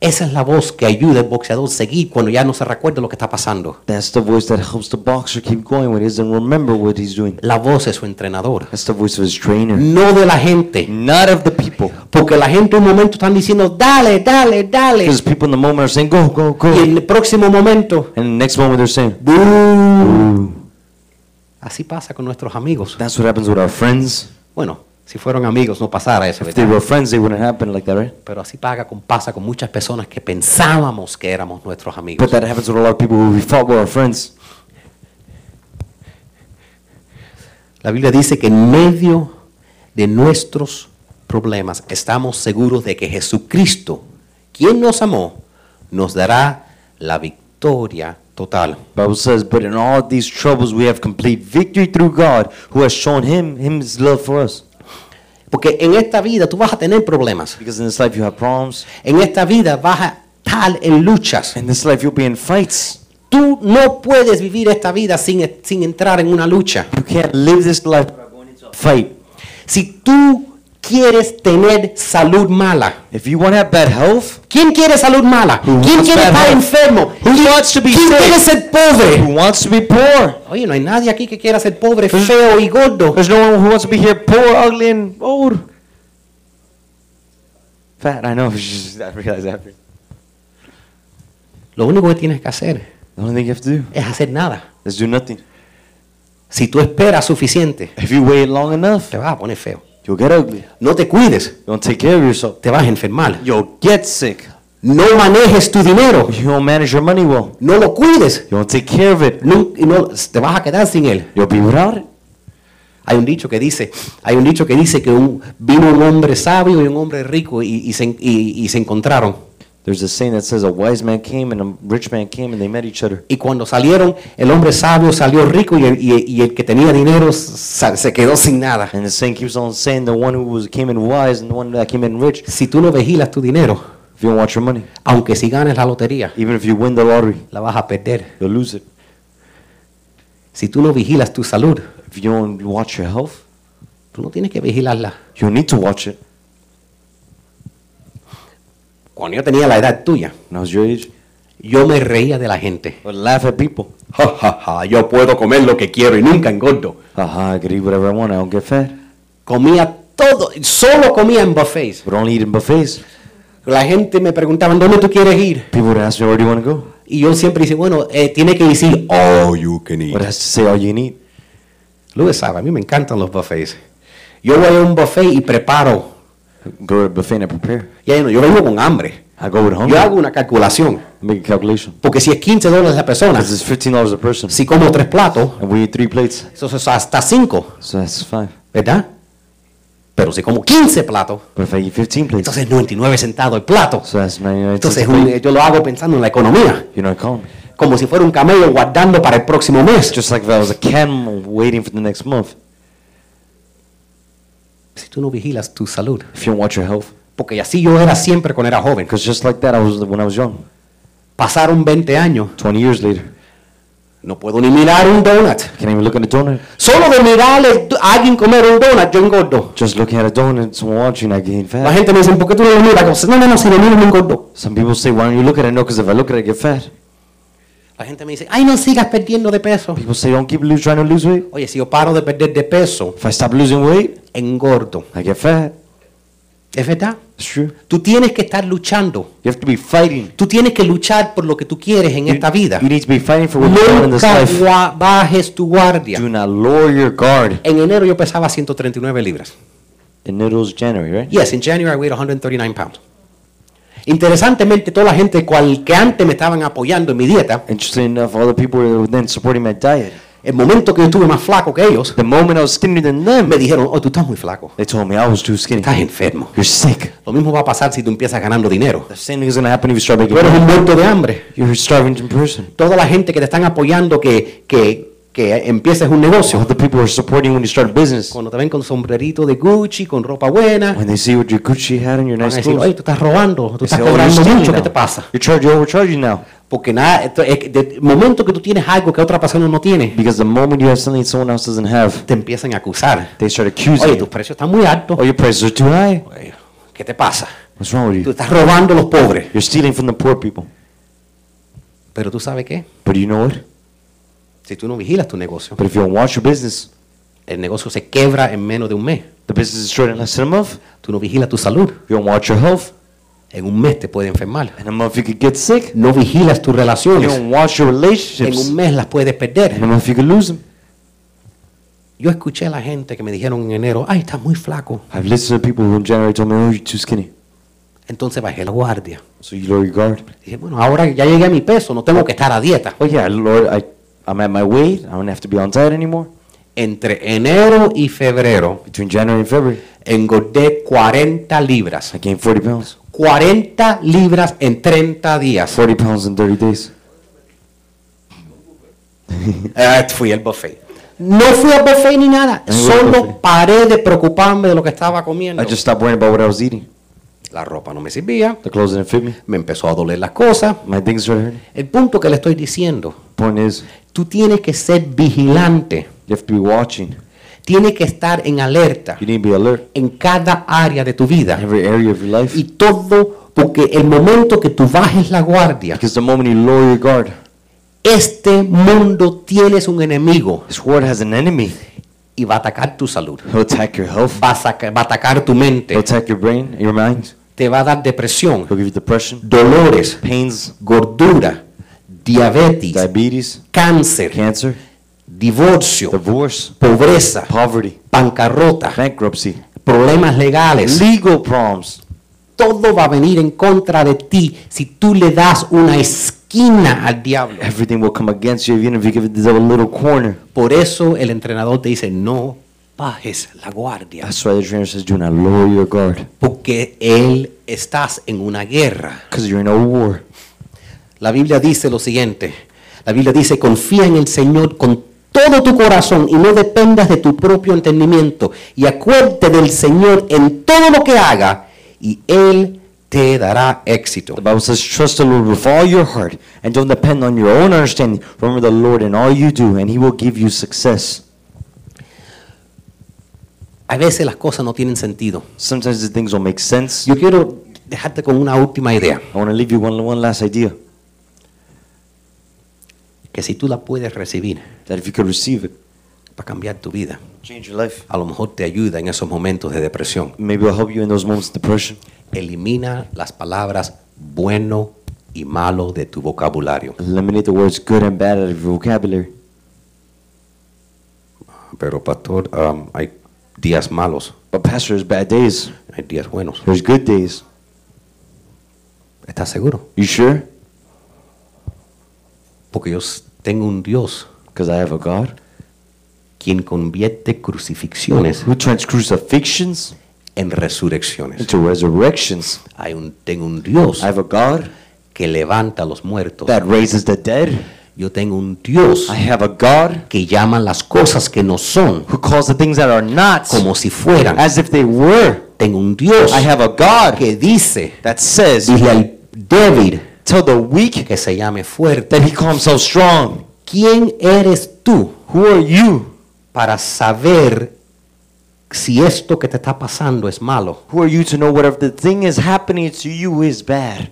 Speaker 2: Esa es la voz que ayuda al boxeador a seguir cuando ya no se recuerda lo que está pasando.
Speaker 1: That's the voice that helps the boxer keep going when he doesn't remember what he's doing.
Speaker 2: La voz es su entrenador,
Speaker 1: That's the voice of his trainer,
Speaker 2: no de la gente.
Speaker 1: not of the people.
Speaker 2: Porque la gente en un momento están diciendo, dale, dale, dale.
Speaker 1: Because people in the moment are saying, go, go,
Speaker 2: Y
Speaker 1: go.
Speaker 2: en el próximo momento,
Speaker 1: And the next moment they're saying,
Speaker 2: "Bú". Así pasa con nuestros amigos.
Speaker 1: that's what happens with our friends.
Speaker 2: Bueno, si fueron amigos no pasara eso,
Speaker 1: If they
Speaker 2: ¿verdad?
Speaker 1: were friends, they wouldn't happen like that, right?
Speaker 2: Pero así paga con, pasa con muchas personas que pensábamos que éramos nuestros amigos.
Speaker 1: But that happens with a lot of people who we thought were our friends.
Speaker 2: La Biblia dice que en medio de nuestros problemas estamos seguros de que Jesucristo, quien nos amó, nos dará la victoria total.
Speaker 1: Bible says, but in all these troubles we have complete victory through God who has shown him, him his love for us.
Speaker 2: Porque en esta vida tú vas a tener problemas.
Speaker 1: Because in this life you have problems.
Speaker 2: En esta vida vas a estar en luchas.
Speaker 1: In this life you'll be in fights.
Speaker 2: Tú no puedes vivir esta vida sin, sin entrar en una lucha.
Speaker 1: You can't live this life without going into a fight.
Speaker 2: Si tú quieres tener salud mala,
Speaker 1: If you want to have bad health,
Speaker 2: ¿Quién quiere salud mala?
Speaker 1: Who
Speaker 2: ¿Quién
Speaker 1: wants
Speaker 2: quiere
Speaker 1: bad
Speaker 2: estar
Speaker 1: health?
Speaker 2: enfermo?
Speaker 1: Who wants to be
Speaker 2: ¿Quién
Speaker 1: sick?
Speaker 2: quiere ser pobre?
Speaker 1: who wants to be poor?
Speaker 2: Oye, no hay nadie aquí que quiera ser pobre,
Speaker 1: Pues-
Speaker 2: feo y gordo.
Speaker 1: There's no one who wants to be here poor, ugly, and old. Fat, I know. it's just- I realized after.
Speaker 2: Lo único que tienes que hacer
Speaker 1: The only thing you have to do
Speaker 2: es hacer nada.
Speaker 1: is do nothing.
Speaker 2: Si tú esperas suficiente,
Speaker 1: If you wait long enough,
Speaker 2: te vas a poner feo.
Speaker 1: you'll get ugly.
Speaker 2: No te cuides,
Speaker 1: You don't take care of yourself.
Speaker 2: te vas a enfermar.
Speaker 1: You'll get sick.
Speaker 2: No manejes tu dinero,
Speaker 1: You don't manage your money well.
Speaker 2: no lo cuides,
Speaker 1: You don't take care of it.
Speaker 2: nun- y no, te vas a quedar sin él.
Speaker 1: You'll be without it.
Speaker 2: Hay un dicho que dice, hay un dicho que dice que un- vino un hombre sabio y un hombre rico y- y se- y- y se encontraron.
Speaker 1: There's a saying that says a wise man came and a rich man came and they met each other.
Speaker 2: Y cuando salieron, el hombre sabio salió rico y el, y- y el que tenía dinero sa- se quedó sin nada.
Speaker 1: And the saying keeps on saying the one who was came in wise and the one that came in rich.
Speaker 2: Si tú no vigilas tu dinero,
Speaker 1: If you don't watch your money,
Speaker 2: aunque si ganes la lotería,
Speaker 1: even if you win the lottery,
Speaker 2: la vas a perder.
Speaker 1: you'll lose it.
Speaker 2: Si tú no vigilas tu salud,
Speaker 1: If you don't watch your health,
Speaker 2: tú no tienes que vigilarla.
Speaker 1: you'll need to watch it.
Speaker 2: Cuando yo tenía la edad tuya,
Speaker 1: When I was your age,
Speaker 2: yo me reía de la gente.
Speaker 1: I would laugh at people.
Speaker 2: Ja, ja, ja, yo puedo comer lo que quiero y nunca engordo.
Speaker 1: Haha, I could eat whatever I want. I don't get fat.
Speaker 2: Comía todo, solo comía en buffets.
Speaker 1: But only eat in buffets.
Speaker 2: La gente me preguntaba, ¿dónde tú quieres ir?
Speaker 1: People would ask me, where do you want to go?
Speaker 2: Y yo siempre decía, bueno, eh, tiene que decir "Oh". all you can
Speaker 1: But I
Speaker 2: eat.
Speaker 1: has to say all you can eat.
Speaker 2: Luis sabe, a mí me encantan los buffets. Yo voy a un buffet y preparo.
Speaker 1: Go to a buffet and I prepare.
Speaker 2: Ya no, yo vengo con hambre.
Speaker 1: I go with hunger.
Speaker 2: Yo hago una calculación.
Speaker 1: Make a calculation.
Speaker 2: Porque si es 15 dólares la persona,
Speaker 1: Because it's fifteen dollars a person.
Speaker 2: si como tres platos,
Speaker 1: And we eat three plates.
Speaker 2: eso es hasta 5,
Speaker 1: So that's five.
Speaker 2: ¿verdad? Pero si como 15 platos,
Speaker 1: But if I eat fifteen plates,
Speaker 2: entonces 99 centavos el plato.
Speaker 1: so that's ninety nine cents. a
Speaker 2: Entonces un-
Speaker 1: plate.
Speaker 2: yo lo hago pensando en la economía,
Speaker 1: You're not calling me.
Speaker 2: como si fuera un camello guardando para el próximo mes.
Speaker 1: Just like if I was a camel waiting for the next month.
Speaker 2: si tú no vigilas tu salud,
Speaker 1: If you don't watch your health.
Speaker 2: porque así yo era siempre cuando era joven.
Speaker 1: Because just like that, I was when I was young.
Speaker 2: Pasaron 20 años,
Speaker 1: Twenty years later,
Speaker 2: no puedo ni mirar un donut.
Speaker 1: can't even look at a donut.
Speaker 2: Solo de mirar el- a alguien comer un donut, yo engordo.
Speaker 1: Just looking at a donut, someone watching, I gain
Speaker 2: La
Speaker 1: fat.
Speaker 2: gente me dice, ¿por qué tú no lo miras? No, no, no, si lo miro me engordo.
Speaker 1: Some people say, why don't you look at it? No, because if I look at it, I get fat.
Speaker 2: La gente me dice, ay, no sigas perdiendo de peso.
Speaker 1: People say, don't keep lose, trying to lose weight.
Speaker 2: Oye, si yo paro de perder de peso,
Speaker 1: If I stop losing weight,
Speaker 2: engordo.
Speaker 1: I get fat.
Speaker 2: ¿Es verdad?
Speaker 1: It's true.
Speaker 2: Tú tienes que estar luchando.
Speaker 1: You have to be fighting.
Speaker 2: Tú tienes que luchar por lo que tú quieres en
Speaker 1: You,
Speaker 2: esta vida.
Speaker 1: you need to be fighting for what you want in this
Speaker 2: Nunca
Speaker 1: life.
Speaker 2: gua- bajes tu guardia.
Speaker 1: Do not lower your guard.
Speaker 2: En enero yo pesaba 139 libras.
Speaker 1: And it was January, right?
Speaker 2: Yes, in January I weighed 139 pounds. Interesantemente, toda la gente cual que antes me estaban apoyando en mi dieta,
Speaker 1: Interesting enough, all the people were then supporting my diet.
Speaker 2: el momento que yo estuve más flaco que ellos,
Speaker 1: The moment I was skinnier than them,
Speaker 2: me dijeron, oh, tú estás muy flaco,
Speaker 1: they told me I was too skinny.
Speaker 2: estás enfermo.
Speaker 1: You're sick.
Speaker 2: Lo mismo va a pasar si tú empiezas ganando dinero.
Speaker 1: The same thing is going to happen if you start making
Speaker 2: Tú eres un muerto de hambre.
Speaker 1: You're a starving person.
Speaker 2: Toda la gente que te están apoyando que, que, que empieces un
Speaker 1: All
Speaker 2: negocio,
Speaker 1: the people who are supporting when you start a business.
Speaker 2: cuando te ven con sombrerito de Gucci, con ropa buena,
Speaker 1: When
Speaker 2: van
Speaker 1: they see what your Gucci hat and your
Speaker 2: a
Speaker 1: nice
Speaker 2: decir,
Speaker 1: clothes,
Speaker 2: oye, tú estás robando, tú
Speaker 1: they
Speaker 2: estás
Speaker 1: say, "Oh, you're
Speaker 2: cobrando
Speaker 1: stealing
Speaker 2: mucho, ¿qué
Speaker 1: now.
Speaker 2: te pasa?
Speaker 1: You're charging, you're overcharging now.
Speaker 2: Porque nada, esto es que de- el momento que tú tienes algo que otra persona no tiene,
Speaker 1: Because the moment you have something someone else doesn't have,
Speaker 2: te empiezan a acusar.
Speaker 1: they start accusing
Speaker 2: Oye, tus
Speaker 1: you.
Speaker 2: precios están muy altos.
Speaker 1: Oh, your prices are too high.
Speaker 2: Oye, ¿Qué te pasa?
Speaker 1: What's wrong with
Speaker 2: Tú
Speaker 1: you?
Speaker 2: estás robando a los pobres.
Speaker 1: You're stealing from the poor people.
Speaker 2: Pero tú sabes qué?
Speaker 1: But you know what?
Speaker 2: Si tú no vigilas tu negocio,
Speaker 1: But if you don't watch your business,
Speaker 2: el negocio se quiebra en menos de un mes.
Speaker 1: the business is destroyed in less than a month.
Speaker 2: Tú no vigilas tu salud,
Speaker 1: If you don't watch your health,
Speaker 2: en un mes te puede enfermar.
Speaker 1: in a month you could get sick.
Speaker 2: No vigilas tus
Speaker 1: If you
Speaker 2: relaciones,
Speaker 1: don't watch your
Speaker 2: en
Speaker 1: relationships,
Speaker 2: un mes las puedes
Speaker 1: in a
Speaker 2: perder.
Speaker 1: month you could lose them.
Speaker 2: Yo escuché a la gente que me dijeron en enero, ay, estás muy flaco.
Speaker 1: I've listened to people who in January told me, oh, you're too skinny.
Speaker 2: Entonces bajé la guardia.
Speaker 1: So you lower your guard.
Speaker 2: Dije, bueno, ahora que ya llegué a mi peso, no tengo que estar a dieta.
Speaker 1: Oh yeah, Lord, I, I'm at my weight. I don't have to be on diet anymore.
Speaker 2: Entre enero y febrero
Speaker 1: Between January and February,
Speaker 2: engordé 40 libras.
Speaker 1: I gained 40 pounds.
Speaker 2: 40 libras en 30 días.
Speaker 1: 40 pounds in 30 days.
Speaker 2: Ah, fui al buffet. No fui al buffet ni nada.
Speaker 1: No fui al
Speaker 2: Solo
Speaker 1: buffet.
Speaker 2: paré de preocuparme de lo que estaba comiendo.
Speaker 1: I just stopped worrying about what I was eating.
Speaker 2: Ah, La ropa no me servía.
Speaker 1: The clothes didn't fit me.
Speaker 2: Me empezó a doler las cosas.
Speaker 1: My things started hurting.
Speaker 2: El punto que le estoy diciendo,
Speaker 1: Point is,
Speaker 2: tú tienes que ser vigilante.
Speaker 1: you have to be watching.
Speaker 2: Tienes que estar en alerta
Speaker 1: You need to be alert.
Speaker 2: en cada área de tu vida.
Speaker 1: in Every area of your life.
Speaker 2: Y todo porque el momento que tú bajes la guardia,
Speaker 1: Because the moment you lower your guard,
Speaker 2: este mundo tienes un enemigo
Speaker 1: this world has an enemy.
Speaker 2: y va a atacar tu salud.
Speaker 1: He'll attack your health.
Speaker 2: va a, saca- va a atacar tu
Speaker 1: He'll
Speaker 2: mente,
Speaker 1: attack your brain, your mind.
Speaker 2: te va a dar depresión,
Speaker 1: He'll give you depression,
Speaker 2: dolores,
Speaker 1: pains,
Speaker 2: gordura, diabetes,
Speaker 1: diabetes,
Speaker 2: cáncer,
Speaker 1: cancer,
Speaker 2: divorcio,
Speaker 1: divorce,
Speaker 2: pobreza,
Speaker 1: poverty,
Speaker 2: bancarrota,
Speaker 1: bankruptcy,
Speaker 2: problemas legales.
Speaker 1: legal problems.
Speaker 2: Todo va a venir en contra de ti si tú le das una esquina al diablo.
Speaker 1: Everything will come against you even if you give it the devil a little corner.
Speaker 2: Por eso el entrenador te dice, no
Speaker 4: bajes la guardia,
Speaker 1: That's why the trainer says, do not lower your guard
Speaker 4: porque él estás en una guerra.
Speaker 1: because you're in a war.
Speaker 4: La Biblia dice lo siguiente,
Speaker 2: La Biblia dice, confía en el Señor con todo tu corazón y no dependas de tu propio entendimiento. Y acuérdate del Señor en todo lo que haga y Él te dará éxito.
Speaker 1: The Bible says, trust the Lord with all your heart and don't depend on your own understanding. Remember the Lord in all you do, and He will give you success.
Speaker 2: A veces las cosas no tienen sentido.
Speaker 1: Sometimes the things don't make sense.
Speaker 2: Yo quiero dejarte con una última idea,
Speaker 1: I want to leave you one, one last idea
Speaker 2: que si tú la puedes recibir
Speaker 1: that if you could receive it,
Speaker 2: para cambiar tu vida,
Speaker 1: change your life.
Speaker 2: a lo mejor te ayuda en esos momentos de depresión.
Speaker 1: Maybe it'll help you in those moments of depression.
Speaker 2: Elimina las palabras bueno y malo de tu vocabulario.
Speaker 1: Eliminate the words good and bad out of your vocabulary.
Speaker 2: Pero pastor, um, hay días malos,
Speaker 1: But, Pastor, there's bad days,
Speaker 2: hay días buenos.
Speaker 1: there's good days.
Speaker 2: ¿Estás seguro?
Speaker 1: You sure?
Speaker 2: Porque yo s- tengo un Dios
Speaker 1: Because I have a God
Speaker 2: quien convierte crucifixiones
Speaker 1: who turns crucifixions
Speaker 2: en resurrecciones.
Speaker 1: into resurrections.
Speaker 2: Hay un, tengo un Dios
Speaker 1: I have a God
Speaker 2: que levanta a los muertos.
Speaker 1: that raises the dead.
Speaker 2: Yo tengo un Dios
Speaker 1: I have a God
Speaker 2: que llama las cosas que no son
Speaker 1: who calls the things that are not
Speaker 2: como si fueran.
Speaker 1: as if they were.
Speaker 2: Tengo un Dios
Speaker 1: I have a God
Speaker 2: que dice,
Speaker 1: that says,
Speaker 2: dile al débil
Speaker 1: Tell the weak
Speaker 2: que se llame fuerte.
Speaker 1: that he calls himself strong.
Speaker 2: ¿Quién eres tú
Speaker 1: Who are you?
Speaker 2: para saber si esto que te está pasando es malo?
Speaker 1: Who are you to know whatever the thing is happening to you is bad?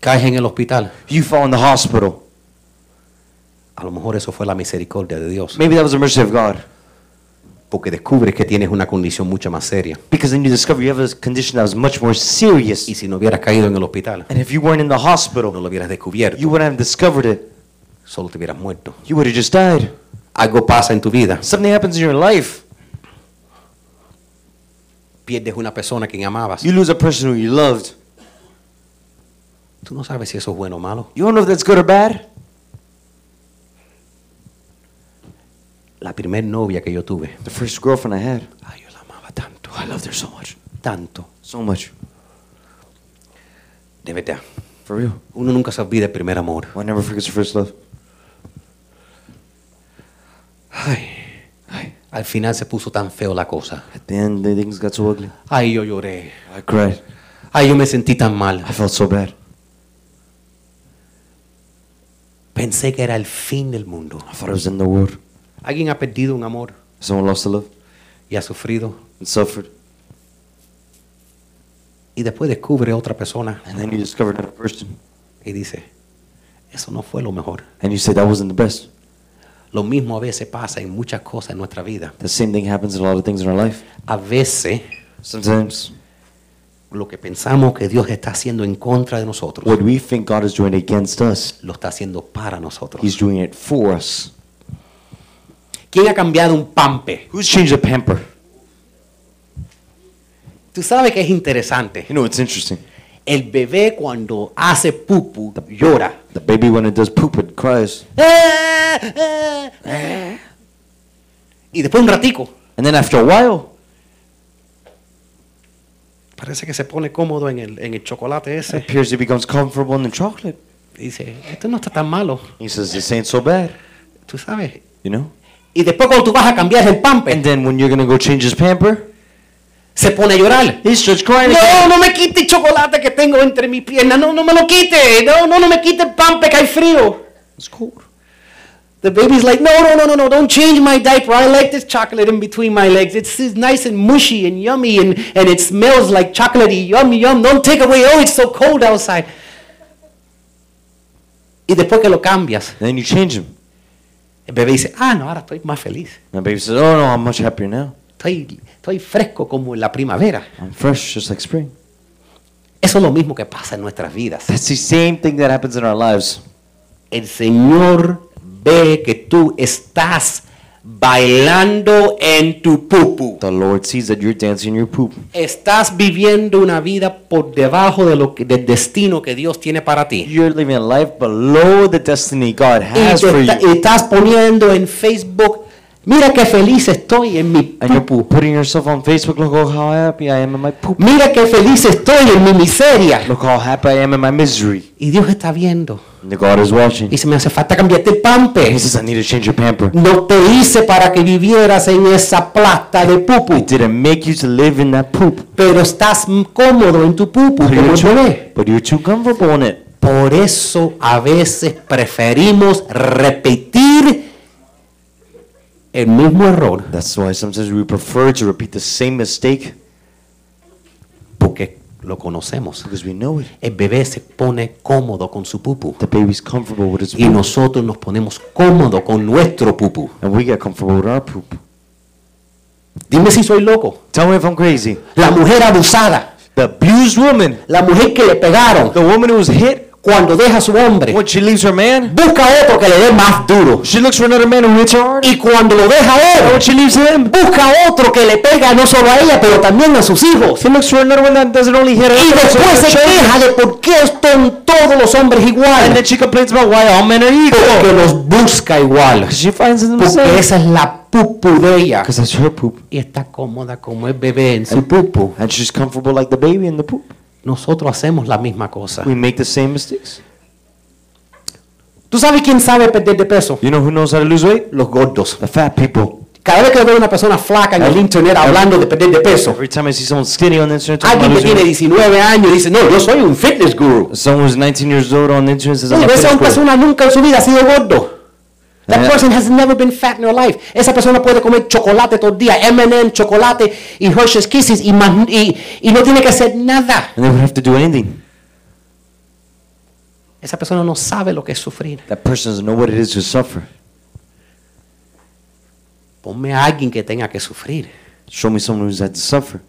Speaker 2: Caes en el hospital.
Speaker 1: You fall in the hospital.
Speaker 2: A lo mejor eso fue la misericordia de Dios.
Speaker 1: Maybe that was the mercy of God.
Speaker 2: Porque descubres que tienes una condición mucho más seria.
Speaker 1: Because then you discover you have a condition that was much more serious.
Speaker 2: Y si no hubieras caído en el hospital,
Speaker 1: And if you weren't in the
Speaker 2: no
Speaker 1: hospital,
Speaker 2: lo hubieras descubierto,
Speaker 1: you wouldn't have discovered it.
Speaker 2: solo te hubieras muerto.
Speaker 1: You would have just died.
Speaker 2: Algo pasa en tu vida.
Speaker 1: Something happens in your life.
Speaker 2: Pierdes una persona que amabas.
Speaker 1: You lose a person who you loved.
Speaker 2: Tú no sabes si eso es bueno o malo.
Speaker 1: You don't know if that's good or bad.
Speaker 2: La primer novia que yo tuve,
Speaker 1: The first girlfriend I had,
Speaker 2: ay, yo la amaba tanto. I loved her so much. Tanto.
Speaker 1: so much.
Speaker 2: De verdad.
Speaker 1: For real.
Speaker 2: Uno nunca se olvida el primer amor.
Speaker 1: One never forgets your first love.
Speaker 2: Ay, ay, al final se puso tan feo la cosa.
Speaker 1: At the end, the things got so ugly.
Speaker 2: Ay, yo lloré.
Speaker 1: I cried.
Speaker 2: Ay, yo me sentí tan mal.
Speaker 1: I felt so bad.
Speaker 2: Pensé que era el fin del mundo.
Speaker 1: I thought I was in the world.
Speaker 2: Alguien ha perdido un amor
Speaker 1: Someone lost a love
Speaker 2: y ha sufrido.
Speaker 1: and suffered.
Speaker 2: Y después descubre otra persona
Speaker 1: And then you discover another person.
Speaker 2: y dice, eso no fue lo mejor.
Speaker 1: And you say that wasn't the best.
Speaker 2: Lo mismo a veces pasa en muchas cosas en nuestra vida.
Speaker 1: The same thing happens in a lot of things in our life.
Speaker 2: A veces
Speaker 1: Sometimes
Speaker 2: lo que pensamos que Dios está haciendo en contra de nosotros,
Speaker 1: what we think God is doing against us,
Speaker 2: lo está haciendo para nosotros.
Speaker 1: He's doing it for us.
Speaker 2: ¿Quién ha cambiado un pampe?
Speaker 1: Who's changed the pamper?
Speaker 2: Tú sabes que es interesante.
Speaker 1: You know, it's interesting.
Speaker 2: El bebé cuando hace pupu llora.
Speaker 1: The baby, when it does poop, it cries.
Speaker 2: ¡Ah! ¡Ah! ¡Ah! Y después un ratico,
Speaker 1: And then after a while,
Speaker 2: parece que se pone cómodo en el, en el chocolate
Speaker 1: it
Speaker 2: ese.
Speaker 1: appears it becomes comfortable in the chocolate.
Speaker 2: Y dice, esto no está tan malo,
Speaker 1: He says, This ain't so bad,
Speaker 2: tú sabes.
Speaker 1: you know?
Speaker 2: Y después cuando tú vas a cambiar el pamper,
Speaker 1: And then when you're gonna go change his pamper,
Speaker 2: se pone a llorar.
Speaker 1: he starts crying. again.
Speaker 2: No, no me quite el chocolate que tengo entre mis piernas. No, no me lo quite. No, no, no me quite el pamper que hay frío.
Speaker 1: It's cold.
Speaker 2: The baby's like, no, no, no, no, no, don't change my diaper. I like this chocolate in between my legs. It's, it's nice and mushy and yummy and, and it smells like chocolatey. Yum, yum, don't take away. Oh, it's so cold outside. Y después que lo cambias,
Speaker 1: Then you change him.
Speaker 2: el bebé dice, ah, no, ahora estoy más feliz.
Speaker 1: And the baby says, Oh no, I'm much happier now.
Speaker 2: Estoy, estoy fresco como en la primavera.
Speaker 1: I'm fresh, just like spring.
Speaker 2: Eso es lo mismo que pasa en nuestras vidas.
Speaker 1: That's the same thing that happens in our lives.
Speaker 2: El Señor ve que tú estás bailando en tu pupu.
Speaker 1: The Lord sees that you're dancing your poop.
Speaker 2: Estás viviendo una vida por debajo de lo que- del destino que Dios tiene para ti.
Speaker 1: You're living a life below the destiny God
Speaker 2: Y
Speaker 1: has
Speaker 2: te
Speaker 1: for
Speaker 2: está-
Speaker 1: you.
Speaker 2: y estás poniendo en Facebook Mira qué feliz estoy en mi
Speaker 1: And you're
Speaker 2: pupu.
Speaker 1: putting yourself on Facebook. Look oh, how happy I am in my poop.
Speaker 2: Mira qué feliz estoy en mi miseria.
Speaker 1: Look how happy I am in my misery.
Speaker 2: Y Dios está viendo.
Speaker 1: And the God is watching.
Speaker 2: Y se me hace falta cambiarte el
Speaker 1: He
Speaker 2: pampers.
Speaker 1: says, I need to change your pamper.
Speaker 2: No te hice para que vivieras en esa plata de
Speaker 1: I
Speaker 2: pupu.
Speaker 1: didn't make you to live in that poop.
Speaker 2: Pero estás m- cómodo en tu pupu
Speaker 1: But
Speaker 2: como
Speaker 1: you're,
Speaker 2: el bebé.
Speaker 1: too, but you're too comfortable in it.
Speaker 2: Por eso a veces preferimos repetir el mismo error.
Speaker 1: That's why sometimes we prefer to repeat the same mistake
Speaker 2: Porque lo conocemos.
Speaker 1: because we know it.
Speaker 2: El bebé se pone cómodo con su pupu.
Speaker 1: The baby's comfortable with his
Speaker 2: Y
Speaker 1: poop.
Speaker 2: nosotros nos ponemos cómodo con nuestro pupu.
Speaker 1: And we get comfortable with our poop.
Speaker 2: Dime si soy loco.
Speaker 1: Tell me if I'm crazy.
Speaker 2: La mujer abusada.
Speaker 1: The abused woman,
Speaker 2: La mujer que le pegaron.
Speaker 1: the woman who was hit,
Speaker 2: Cuando deja a su hombre.
Speaker 1: when she leaves her man,
Speaker 2: Busca otro que le dé más duro.
Speaker 1: she looks for another man who hits her hard.
Speaker 2: Y cuando lo deja a él. Busca otro que le pega no solo a ella, pero también a sus hijos.
Speaker 1: She looks for another one that doesn't only hit her,
Speaker 2: Y
Speaker 1: but also
Speaker 2: después
Speaker 1: her
Speaker 2: se
Speaker 1: children.
Speaker 2: queja de por qué están todos los hombres
Speaker 1: And then
Speaker 2: iguales.
Speaker 1: she complains about why all men are
Speaker 2: Porque
Speaker 1: equal.
Speaker 2: los busca igual.
Speaker 1: She finds them the
Speaker 2: Porque
Speaker 1: same.
Speaker 2: esa es la pupu de ella.
Speaker 1: Because that's her poop.
Speaker 2: Y está cómoda como el bebé en su pupu.
Speaker 1: And she's comfortable like the baby in the poop.
Speaker 2: Nosotros hacemos la misma cosa.
Speaker 1: We make the same mistakes.
Speaker 2: ¿Tú sabes quién sabe perder de peso?
Speaker 1: You know who knows how to lose weight?
Speaker 2: Los gordos.
Speaker 1: The fat people.
Speaker 2: Cada vez que veo una persona flaca en el internet hablando de perder de peso,
Speaker 1: Every time I see someone skinny on the internet, talking
Speaker 2: alguien
Speaker 1: about
Speaker 2: que
Speaker 1: losing
Speaker 2: tiene
Speaker 1: weight,
Speaker 2: 19 años dice, no, yo soy un fitness guru.
Speaker 1: someone who's 19 years old on the internet says, I'm
Speaker 2: Sí,
Speaker 1: a
Speaker 2: esa
Speaker 1: fitness pro.
Speaker 2: persona nunca en su vida ha sido gordo. That
Speaker 1: Eh.
Speaker 2: person has never been fat in her life. Esa persona puede comer chocolate todo el día, M&M, chocolate y Hershey's Kisses y, más- y, y no tiene que hacer nada.
Speaker 1: And they don't have to do anything.
Speaker 2: Esa persona no sabe lo que es sufrir.
Speaker 1: That person doesn't know what it is to suffer.
Speaker 2: Ponme a alguien que tenga que sufrir.
Speaker 1: Show me someone who's had to suffer.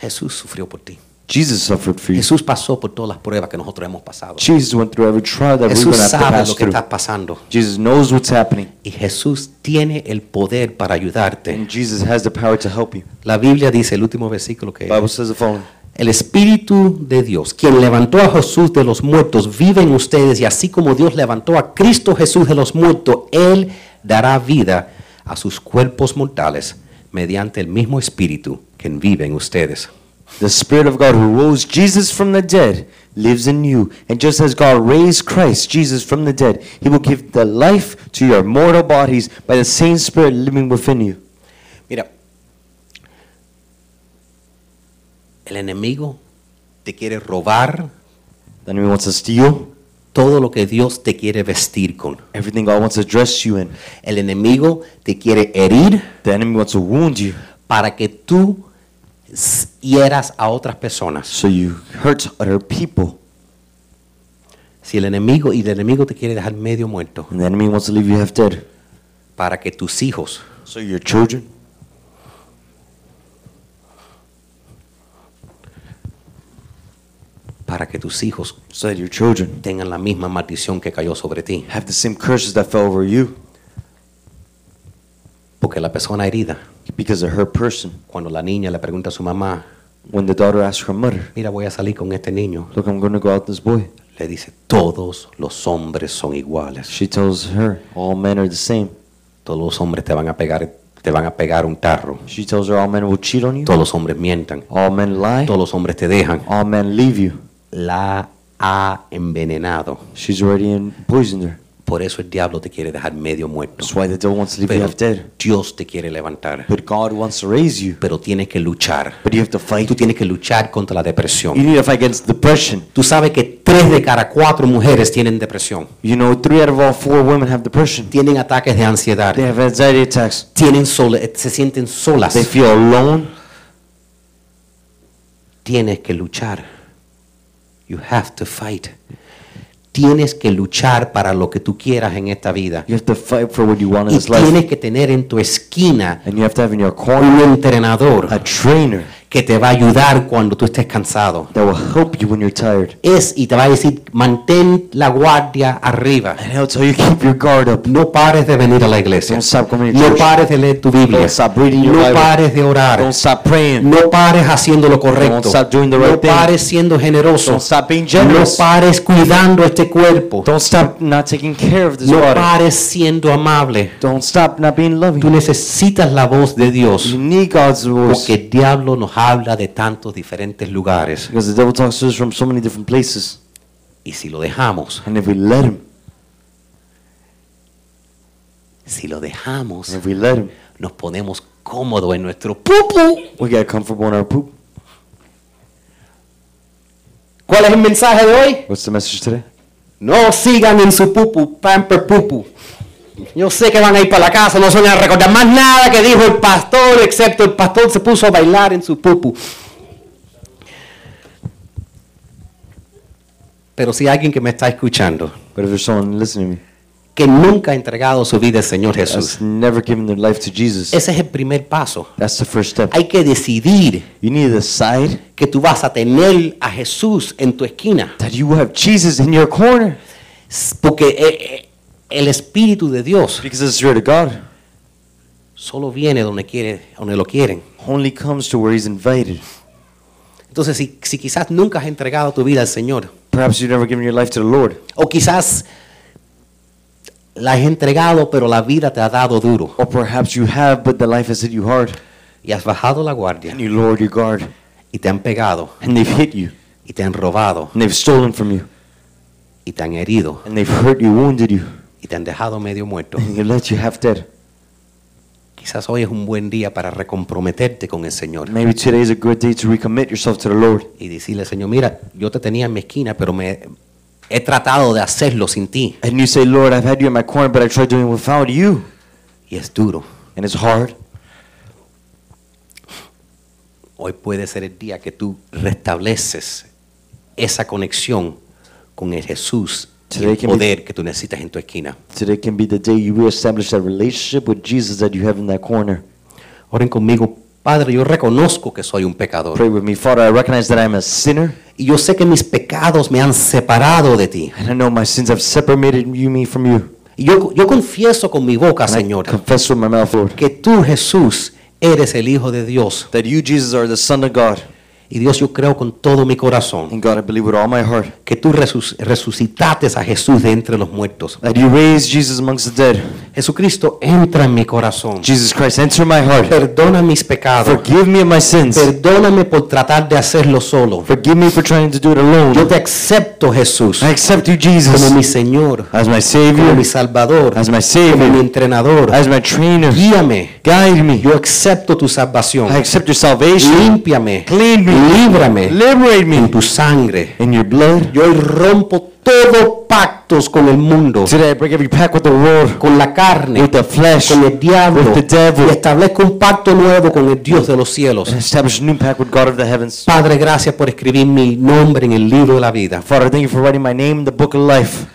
Speaker 2: Jesús sufrió por ti.
Speaker 1: Jesus suffered for you.
Speaker 2: Jesús pasó por todas las pruebas que nosotros hemos pasado.
Speaker 1: Jesus went through every trial that we're
Speaker 2: Jesús
Speaker 1: going to have to
Speaker 2: sabe lo
Speaker 1: pass
Speaker 2: que
Speaker 1: through.
Speaker 2: estás pasando.
Speaker 1: Jesus knows what's happening.
Speaker 2: Y Jesús tiene el poder para ayudarte.
Speaker 1: And Jesus has the power to help you.
Speaker 2: La Biblia dice, el último versículo que...
Speaker 1: The Bible says the following.
Speaker 2: El Espíritu de Dios, quien levantó a Jesús de los muertos, vive en ustedes y así como Dios levantó a Cristo Jesús de los muertos, Él dará vida a sus cuerpos mortales mediante el mismo Espíritu que vive en ustedes.
Speaker 1: The Spirit of God who rose Jesus from the dead lives in you. And just as God raised Christ Jesus from the dead, he will give the life to your mortal bodies by the same Spirit living within you.
Speaker 2: Mira, el enemigo te quiere robar
Speaker 1: The enemy wants to steal
Speaker 2: todo lo que Dios te quiere vestir con.
Speaker 1: everything God wants to dress you in.
Speaker 2: El enemigo te quiere herir
Speaker 1: The enemy wants to wound you
Speaker 2: para que tú s- hieras a otras personas.
Speaker 1: so you hurt other people.
Speaker 2: Si el enemigo y el enemigo te quiere dejar medio muerto
Speaker 1: And the enemy wants to leave you half dead.
Speaker 2: para que tus hijos
Speaker 1: So your children,
Speaker 2: para que tus hijos
Speaker 1: so that your children
Speaker 2: tengan la misma maldición que cayó sobre ti,
Speaker 1: have the same curses that fell over you
Speaker 2: porque la persona herida
Speaker 1: because of her person.
Speaker 2: cuando la niña le pregunta a su mamá,
Speaker 1: When the daughter asked her mother,
Speaker 2: mira voy a salir con este niño,
Speaker 1: Look, I'm going to go out with this boy.
Speaker 2: le dice todos los hombres son iguales,
Speaker 1: She tells her, All men are the same.
Speaker 2: todos los hombres te van a pegar, te van a pegar un tarro,
Speaker 1: She tells her all men will cheat on you.
Speaker 2: todos los hombres mientan,
Speaker 1: All men lie.
Speaker 2: todos los hombres te dejan,
Speaker 1: All men leave you.
Speaker 2: la ha envenenado,
Speaker 1: She's already in, poisoned her.
Speaker 2: por eso el diablo te quiere dejar medio muerto,
Speaker 1: That's why the devil wants to leave you
Speaker 2: pero
Speaker 1: half dead.
Speaker 2: Dios te quiere levantar.
Speaker 1: But God wants to raise you.
Speaker 2: pero tienes que luchar.
Speaker 1: But you have to fight.
Speaker 2: Tú tienes que luchar contra la
Speaker 1: You
Speaker 2: depresión.
Speaker 1: need to fight against depression.
Speaker 2: Tú sabes que tres de cada cuatro mujeres tienen depresión,
Speaker 1: You know, three out of all four women have depression.
Speaker 2: tienen ataques de ansiedad,
Speaker 1: They have anxiety attacks.
Speaker 2: tienen sole- se sienten solas.
Speaker 1: They feel alone.
Speaker 2: Tienes que luchar. You have to fight. Tienes que luchar para lo que tú quieras en esta vida.
Speaker 1: You have to fight for what you want in
Speaker 2: Y
Speaker 1: this life.
Speaker 2: tienes que tener en tu esquina
Speaker 1: And you have to have in your
Speaker 2: un
Speaker 1: corner
Speaker 2: entrenador
Speaker 1: a trainer
Speaker 2: que te va a ayudar cuando tú estés cansado.
Speaker 1: that will help you when you're tired.
Speaker 2: Es y te va a decir, mantén la guardia arriba.
Speaker 1: And he'll tell you keep your guard up.
Speaker 2: No pares de venir a la iglesia.
Speaker 1: Don't stop coming to
Speaker 2: No
Speaker 1: church.
Speaker 2: pares de leer tu Biblia.
Speaker 1: Don't stop reading your
Speaker 2: No
Speaker 1: Bible.
Speaker 2: pares de orar.
Speaker 1: Don't stop praying.
Speaker 2: No pares haciendo lo correcto.
Speaker 1: Don't stop doing the
Speaker 2: No
Speaker 1: right thing.
Speaker 2: pares siendo generoso.
Speaker 1: Don't stop being
Speaker 2: No
Speaker 1: generous.
Speaker 2: pares cuidando este cuerpo.
Speaker 1: Don't stop not taking care of this
Speaker 2: No
Speaker 1: body.
Speaker 2: pares siendo amable.
Speaker 1: Don't stop not being
Speaker 2: Tú
Speaker 1: loving.
Speaker 2: necesitas la voz de Dios.
Speaker 1: You need God's voice
Speaker 2: Porque el diablo nos habla de tantos diferentes lugares.
Speaker 1: because the devil talks to us from so many different places.
Speaker 2: Y si lo dejamos,
Speaker 1: And if we let him,
Speaker 2: si lo dejamos,
Speaker 1: if we let him,
Speaker 2: nos ponemos cómodos en nuestro pupu.
Speaker 1: we get comfortable in our poop.
Speaker 2: ¿Cuál es el mensaje de hoy?
Speaker 1: What's the message today?
Speaker 2: No sigan en su pupu, pamper pupu. Yo sé que van a ir para la casa, no se van a recordar más nada que dijo el pastor, excepto el pastor se puso a bailar en su pupu. Pero si hay alguien que me está escuchando,
Speaker 1: But if there's someone listening to me
Speaker 2: que nunca ha entregado su vida al Señor Jesús,
Speaker 1: that's never given their life to Jesus,
Speaker 2: ese es el primer paso.
Speaker 1: that's the first step.
Speaker 2: Hay que decidir
Speaker 1: You need to decide
Speaker 2: que tú vas a tener a Jesús en tu esquina,
Speaker 1: that you have Jesus in your corner
Speaker 2: porque eh, eh, el Espíritu de Dios
Speaker 1: because the Spirit of God
Speaker 2: solo viene donde quiere, donde lo quieren.
Speaker 1: only comes to where He's invited.
Speaker 2: Entonces, si, si quizás nunca has entregado tu vida al Señor,
Speaker 1: Perhaps you've never given your life to the Lord,
Speaker 2: o quizás la has entregado, pero la vida te ha dado duro,
Speaker 1: or perhaps you have, but the life has hit you hard
Speaker 2: y has bajado la guardia,
Speaker 1: and you lowered your guard
Speaker 2: y te han pegado,
Speaker 1: and they've hit you
Speaker 2: y te han robado,
Speaker 1: and they've stolen from you
Speaker 2: y te han herido,
Speaker 1: and they've hurt you, wounded you,
Speaker 2: y te han dejado medio muerto.
Speaker 1: and they left you half dead.
Speaker 2: Quizás hoy es un buen día para recomprometerte con el Señor
Speaker 1: Maybe today is a good day to recommit yourself to the Lord
Speaker 2: y decirle, Señor, mira, yo te tenía en mi esquina, pero me he tratado de hacerlo sin ti,
Speaker 1: and you say, Lord, I've had you in my corner, but I tried doing it without you,
Speaker 2: y es duro.
Speaker 1: and it's hard.
Speaker 2: Hoy puede ser el día que tú restableces esa conexión con el Jesús y
Speaker 1: Today
Speaker 2: el
Speaker 1: can be-
Speaker 2: poder que tú necesitas en tu esquina.
Speaker 1: Today can be the day you reestablish that relationship with Jesus that you have in that corner.
Speaker 2: Oren conmigo, Padre, yo reconozco que soy un pecador
Speaker 1: Pray with me, Father. I recognize that I am a sinner,
Speaker 2: y yo sé que mis pecados me han separado de ti.
Speaker 1: and I know my sins have separated you, me from you.
Speaker 2: Y yo, yo confieso con mi boca,
Speaker 1: And I
Speaker 2: Señor,
Speaker 1: confess with my mouth, Lord,
Speaker 2: que tú, Jesús, eres el Hijo de Dios.
Speaker 1: that you, Jesus, are the Son of God.
Speaker 2: Y Dios, yo creo con todo mi corazón
Speaker 1: And God, I believe with all my heart
Speaker 2: que tú resus- resucitates a Jesús de entre los muertos.
Speaker 1: that you raised Jesus amongst the dead.
Speaker 2: Jesucristo, entra en mi corazón.
Speaker 1: Jesus Christ, enter my heart.
Speaker 2: Perdona mis pecados.
Speaker 1: Forgive me of my sins.
Speaker 2: Perdóname por tratar de hacerlo solo.
Speaker 1: Forgive me for trying to do it
Speaker 2: Yo
Speaker 1: alone.
Speaker 2: te acepto, Jesús,
Speaker 1: I accept you,
Speaker 2: como mi
Speaker 1: Jesus,
Speaker 2: Señor,
Speaker 1: as
Speaker 2: como
Speaker 1: my
Speaker 2: mi
Speaker 1: Savior,
Speaker 2: Salvador,
Speaker 1: as
Speaker 2: como
Speaker 1: my
Speaker 2: mi
Speaker 1: Savior,
Speaker 2: entrenador.
Speaker 1: as my trainer.
Speaker 2: Guíame.
Speaker 1: Guide me.
Speaker 2: Yo acepto tu salvación.
Speaker 1: I accept your salvation.
Speaker 2: Límpiame.
Speaker 1: Clean me.
Speaker 2: Líbrame
Speaker 1: Liberate
Speaker 2: en
Speaker 1: me.
Speaker 2: tu sangre.
Speaker 1: In your blood.
Speaker 2: Yo hoy rompo todo pactos con el mundo,
Speaker 1: Today I break every pact with the world,
Speaker 2: con la carne,
Speaker 1: with the flesh,
Speaker 2: con el
Speaker 1: and
Speaker 2: diablo.
Speaker 1: with the devil.
Speaker 2: Y establezco un pacto nuevo con el Dios de los cielos.
Speaker 1: establish a new pact with God of the heavens.
Speaker 2: Padre, gracias por escribir mi nombre en el libro de la vida.
Speaker 1: Father, thank you for writing my name in the book of life.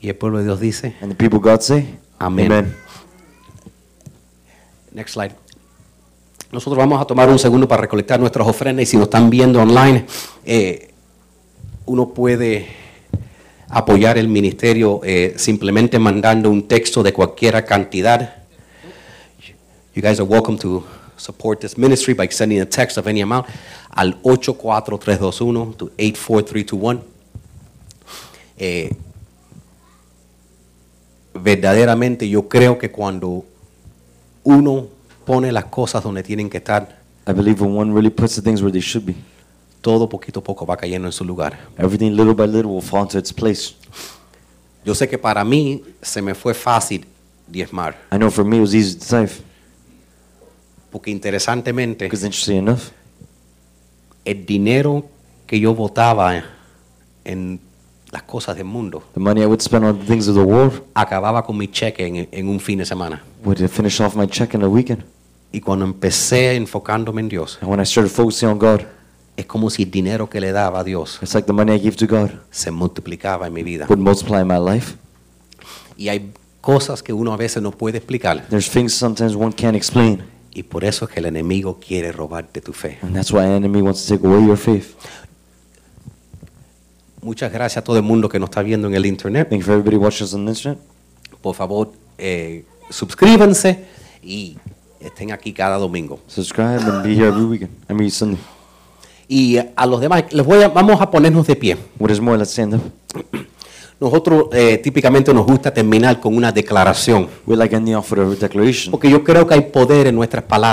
Speaker 2: Y el pueblo de Dios dice.
Speaker 1: And the people of God say,
Speaker 2: Amén. Next slide. Nosotros vamos a tomar un segundo para recolectar nuestras ofrendas y si nos están viendo online, eh, uno puede apoyar el ministerio eh, simplemente mandando un texto de cualquier cantidad. You guys are welcome to support this ministry by sending a text of any amount al 84321 to 84321. Eh, verdaderamente yo creo que cuando uno pone las cosas donde tienen que estar,
Speaker 1: I believe when one really puts the things where they should be,
Speaker 2: todo poquito a poco va cayendo en su lugar.
Speaker 1: everything little by little will fall into its place.
Speaker 2: Yo sé que para mí se me fue fácil diezmar,
Speaker 1: I know for me it was easy to tithe.
Speaker 2: porque interesantemente
Speaker 1: Because interesting enough,
Speaker 2: el dinero que yo votaba en las cosas del mundo
Speaker 1: the money I would spend on the things of the world
Speaker 2: acababa con mi cheque en, en un fin de semana.
Speaker 1: would finish off my check in a weekend.
Speaker 2: Y cuando empecé enfocándome en Dios,
Speaker 1: And when I started focusing on God,
Speaker 2: es como si el dinero que le daba a Dios
Speaker 1: it's like the money I gave to God
Speaker 2: se multiplicaba en mi vida.
Speaker 1: would multiply in my life.
Speaker 2: Y hay cosas que uno a veces no puede explicar.
Speaker 1: There's things sometimes one can't explain.
Speaker 2: Y por eso es que el enemigo quiere robarte tu fe.
Speaker 1: And that's why enemy wants to take away your faith.
Speaker 2: Muchas gracias a todo el mundo que nos está viendo en el internet.
Speaker 1: Thank you for everybody watching us on the internet.
Speaker 2: Por favor, eh, suscríbanse y estén aquí cada domingo.
Speaker 1: Subscribe and be here every weekend. I mean Sunday.
Speaker 2: Y eh, a los demás, les voy a, vamos a ponernos de pie.
Speaker 1: What is more, let's stand up.
Speaker 2: Nosotros eh, típicamente nos gusta terminar con una declaración,
Speaker 1: We're like ending off with a declaration.
Speaker 2: porque yo creo que hay poder en nuestras palabras.